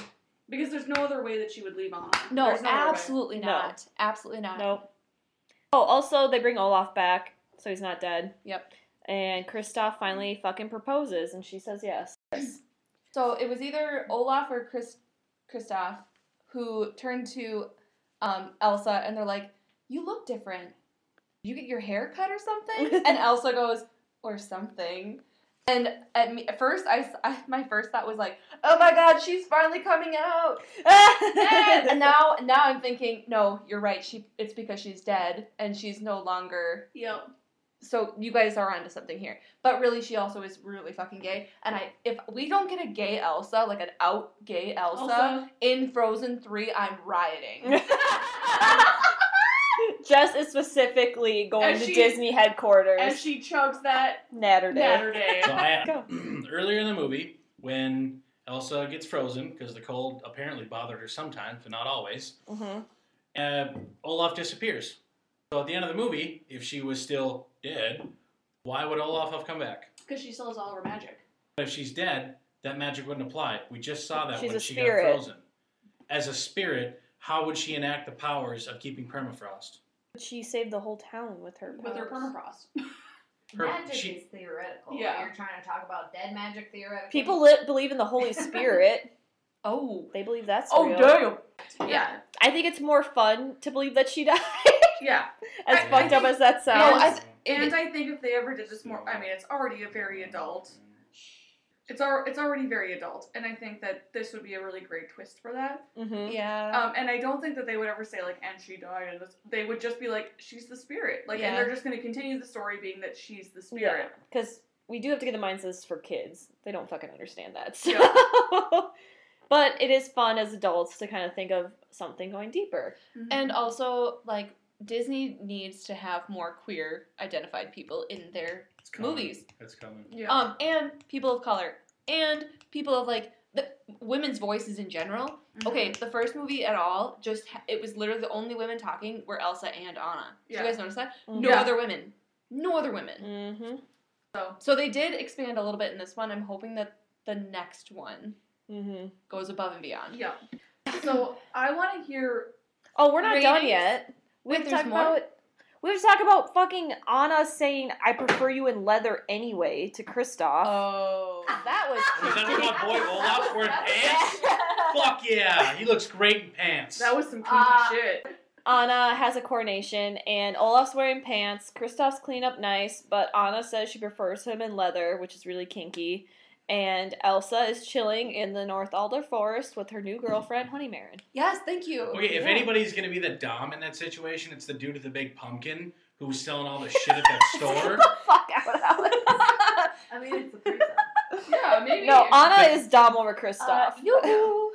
Speaker 2: because there's no other way that she would leave on.
Speaker 4: No,
Speaker 2: There's other way.
Speaker 4: absolutely
Speaker 1: No.
Speaker 4: not. Absolutely not.
Speaker 1: Nope. Oh, also they bring Olaf back, so he's not dead.
Speaker 4: Yep.
Speaker 1: And Kristoff finally fucking proposes, and she says yes.
Speaker 4: So it was either Olaf or Chris, Kristoff who turned to um, Elsa and they're like, "You look different. You get your hair cut or something." and Elsa goes, "Or something." And at, me, at first, I, s- I- my first thought was like, "Oh my God, she's finally coming out!" Yes! and now now I'm thinking, "No, you're right. She it's because she's dead and she's no longer
Speaker 2: Yep.
Speaker 4: so you guys are onto something here. But really, she also is really fucking gay. And I, if we don't get a gay Elsa, like an out gay Elsa,
Speaker 2: Elsa.
Speaker 4: in Frozen Three, I'm rioting.
Speaker 1: Jess is specifically going
Speaker 2: And
Speaker 1: to
Speaker 2: she-
Speaker 1: Disney headquarters.
Speaker 2: And she chugs that
Speaker 1: Natterday.
Speaker 2: Natterday.
Speaker 3: So I,
Speaker 1: Go.
Speaker 3: earlier in the movie, when Elsa gets frozen because the cold apparently bothered her sometimes, but not always,
Speaker 1: hmm
Speaker 3: uh, Olaf disappears. So at the end of the movie, if she was still dead, why would Olaf have come back?
Speaker 2: Because she still has all her magic.
Speaker 3: But if she's dead, that magic wouldn't apply. We just saw that
Speaker 1: She's
Speaker 3: when
Speaker 1: a
Speaker 3: she
Speaker 1: spirit.
Speaker 3: got frozen. As a spirit, how would she enact the powers of keeping permafrost?
Speaker 1: She saved the whole town with her
Speaker 2: With her
Speaker 1: powers.
Speaker 2: permafrost.
Speaker 3: Her-
Speaker 8: magic
Speaker 3: she-
Speaker 8: is theoretical.
Speaker 2: Yeah.
Speaker 8: You're trying to talk about dead magic theoretical.
Speaker 1: People li- believe in the Holy Spirit.
Speaker 4: oh,
Speaker 1: they believe that's
Speaker 4: oh
Speaker 1: real.
Speaker 4: damn!
Speaker 2: Yeah.
Speaker 1: I think it's more fun to believe that she died.
Speaker 2: Yeah.
Speaker 1: as
Speaker 2: I- I
Speaker 1: fucked up
Speaker 2: think-
Speaker 1: as that sounds.
Speaker 4: No, I-
Speaker 2: And I think if they ever did this more, I mean, it's already a very adult. It's al- it's already very adult, and I think that this would be a really great twist for that.
Speaker 1: Mhm.
Speaker 4: Yeah.
Speaker 2: Um, and I don't think that they would ever say like, "And she died," and this, they would just be like, "She's the spirit," like,
Speaker 4: Yeah.
Speaker 2: and they're just going to continue the story being that she's the spirit.
Speaker 1: because we do have to get the mindset this is for kids. They don't fucking understand that. So.
Speaker 2: Yeah.
Speaker 1: but it is fun as adults to kind of think of something going deeper.
Speaker 2: Mm-hmm.
Speaker 4: and also, like Disney needs to have more queer identified people in their
Speaker 3: It's coming.
Speaker 4: movies.
Speaker 3: It's coming.
Speaker 2: yeah,
Speaker 4: um and people of color and people of like the women's voices in general.
Speaker 2: Mhm.
Speaker 4: Okay, the first movie at all, just ha- it was literally the only women talking were Elsa and Anna. Did
Speaker 2: Yeah.
Speaker 4: you guys notice that?
Speaker 1: Mhm.
Speaker 4: No
Speaker 2: Yeah.
Speaker 4: other women. No other women.
Speaker 1: Mm-hmm.
Speaker 2: So
Speaker 4: So they did expand a little bit in this one. I'm hoping that the next one
Speaker 1: Mm-hmm.
Speaker 4: goes above and beyond.
Speaker 2: yeah. So I want to hear.
Speaker 1: Oh, we're not done
Speaker 4: Ratings?
Speaker 1: yet. We
Speaker 4: Wait,
Speaker 1: have to
Speaker 4: there's
Speaker 1: talk
Speaker 4: more?
Speaker 1: about. We have to talk about fucking Anna saying "I prefer you in leather anyway" to Kristoff.
Speaker 4: Oh.
Speaker 1: that was.
Speaker 3: Is that what my boy Olaf's wearing pants? Fuck yeah! He looks great in pants.
Speaker 2: That was some kinky
Speaker 8: Uh,
Speaker 2: shit.
Speaker 1: Anna has a coronation, and Olaf's wearing pants. Kristoff's clean up nice, but Anna says she prefers him in leather, which is really kinky. And Elsa is chilling in the North Alder Forest with her new girlfriend, Honey Marin.
Speaker 4: Yes, thank you.
Speaker 3: Okay, if
Speaker 1: Yeah.
Speaker 3: anybody's gonna be the dom in that situation, it's the dude with the big pumpkin who's selling all the shit at that store.
Speaker 1: Fuck out, Alex.
Speaker 8: I mean, it's a threesome.
Speaker 2: Yeah, maybe.
Speaker 1: No,
Speaker 4: Uh,
Speaker 1: Anna is Dom over Kristoff.
Speaker 4: you.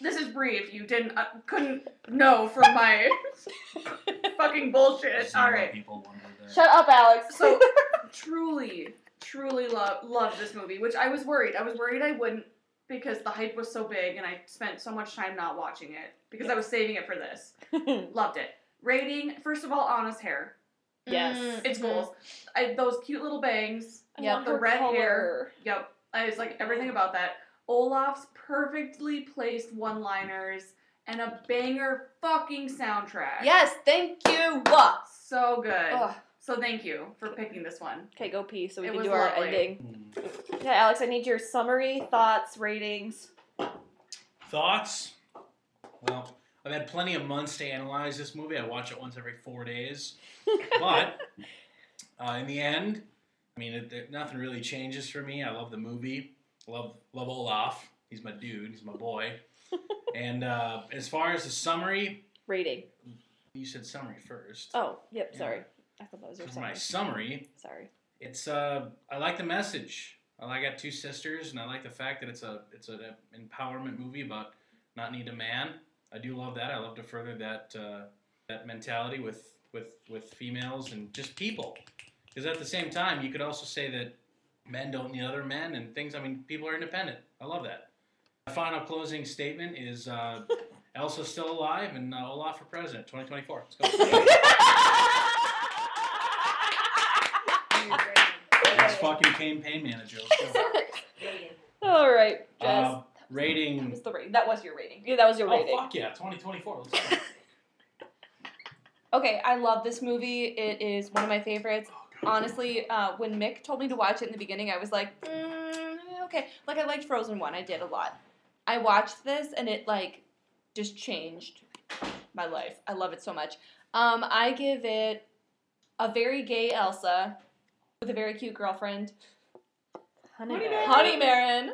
Speaker 2: This is Bree. If you didn't, uh, couldn't know from my fucking bullshit. All right.
Speaker 3: People wonder that.
Speaker 1: Shut up, Alex.
Speaker 2: So truly, truly love love this movie, which I was worried. I was worried I wouldn't because the hype was so big and I spent so much time not watching it because I was saving it for this. Loved it. Rating, first of all, Anna's hair.
Speaker 1: Yes.
Speaker 4: Mm,
Speaker 2: It's goals. I, those cute little bangs.
Speaker 1: I
Speaker 4: Mm-hmm. Yeah,
Speaker 1: love
Speaker 2: the
Speaker 1: her
Speaker 2: red
Speaker 1: color.
Speaker 2: hair. Yep. I was like everything about that. Olaf's perfectly placed one liners and a banger fucking soundtrack.
Speaker 4: Yes, thank you.
Speaker 2: So good.
Speaker 4: Ugh.
Speaker 2: So thank you for picking this one.
Speaker 1: Okay, go pee so we
Speaker 2: It
Speaker 1: can
Speaker 2: was
Speaker 1: do our
Speaker 2: lovely.
Speaker 1: ending. Okay, Alex, I need your summary, thoughts, ratings.
Speaker 3: Thoughts? Well, I've had plenty of months to analyze this movie. I watch it once every four days. But uh, in the end, I mean, it, it- nothing really changes for me. I love the movie. Love love Olaf. He's my dude. He's my boy. and uh, as far as the summary,
Speaker 1: Rating.
Speaker 3: you said summary first.
Speaker 1: Oh, yep,
Speaker 3: Yeah.
Speaker 1: sorry. I thought that was your
Speaker 3: So for my
Speaker 1: summary.
Speaker 3: summary,
Speaker 1: Sorry.
Speaker 3: it's uh I like the message. I like I got two sisters and I like the fact that it's a it's an empowerment movie about not need a man. I do love that. I love to further that uh, that mentality with with with females and just people. Because at the same time, you could also say that men don't need other men and things. I mean, people are independent. I love that. My final closing statement is uh, Elsa's still alive and uh, Olaf for president, 2024. Let's go. That's fucking campaign manager. Let's go.
Speaker 1: All right, Jess.
Speaker 3: Uh, rating.
Speaker 4: That was the rating. That was your rating.
Speaker 1: yeah, that was your
Speaker 3: Oh
Speaker 1: rating.
Speaker 3: fuck yeah, 2024. Let's go.
Speaker 4: Okay, I love this movie. It is one of my favorites. Honestly, uh, when Mick told me to watch it in the beginning, I was like, mm, okay. Like I liked Frozen one. I did a lot. I watched this and it like just changed my life. I love it so much. Um, I give it a very gay Elsa with a very cute girlfriend,
Speaker 1: Honey,
Speaker 2: Honey
Speaker 1: Bear.
Speaker 4: Honey Marin,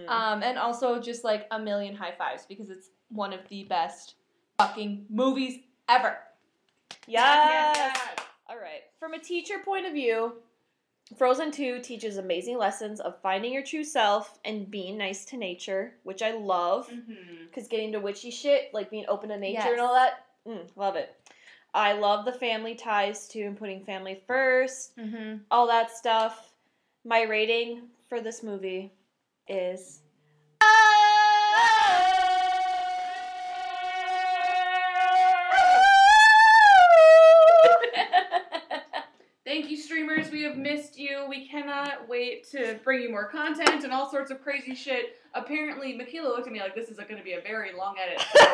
Speaker 1: Mm.
Speaker 4: um, and also just like a million high fives because it's one of the best fucking movies ever.
Speaker 1: Yes. All right. From a teacher point of view, Frozen 2 teaches amazing lessons of finding your true self and being nice to nature, which I love.
Speaker 2: Mm-hmm.
Speaker 1: Because getting to witchy shit, like being open to nature
Speaker 4: Yes.
Speaker 1: and all that, mm, love it. I love the family ties too and putting family first,
Speaker 4: Mm-hmm.
Speaker 1: all that stuff. My rating for this movie is.
Speaker 2: Thank you, streamers. We have missed you. We cannot wait to bring you more content and all sorts of crazy shit. Apparently, Michaela looked at me like this is going to be a very long edit. So,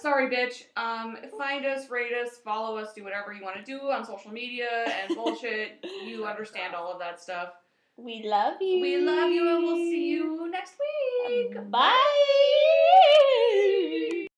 Speaker 2: sorry, bitch. Um, find us, rate us, follow us, do whatever you want to do on social media and bullshit. you understand all of that stuff.
Speaker 1: We love you.
Speaker 2: We love you, and we'll see you next week.
Speaker 1: Um, Bye.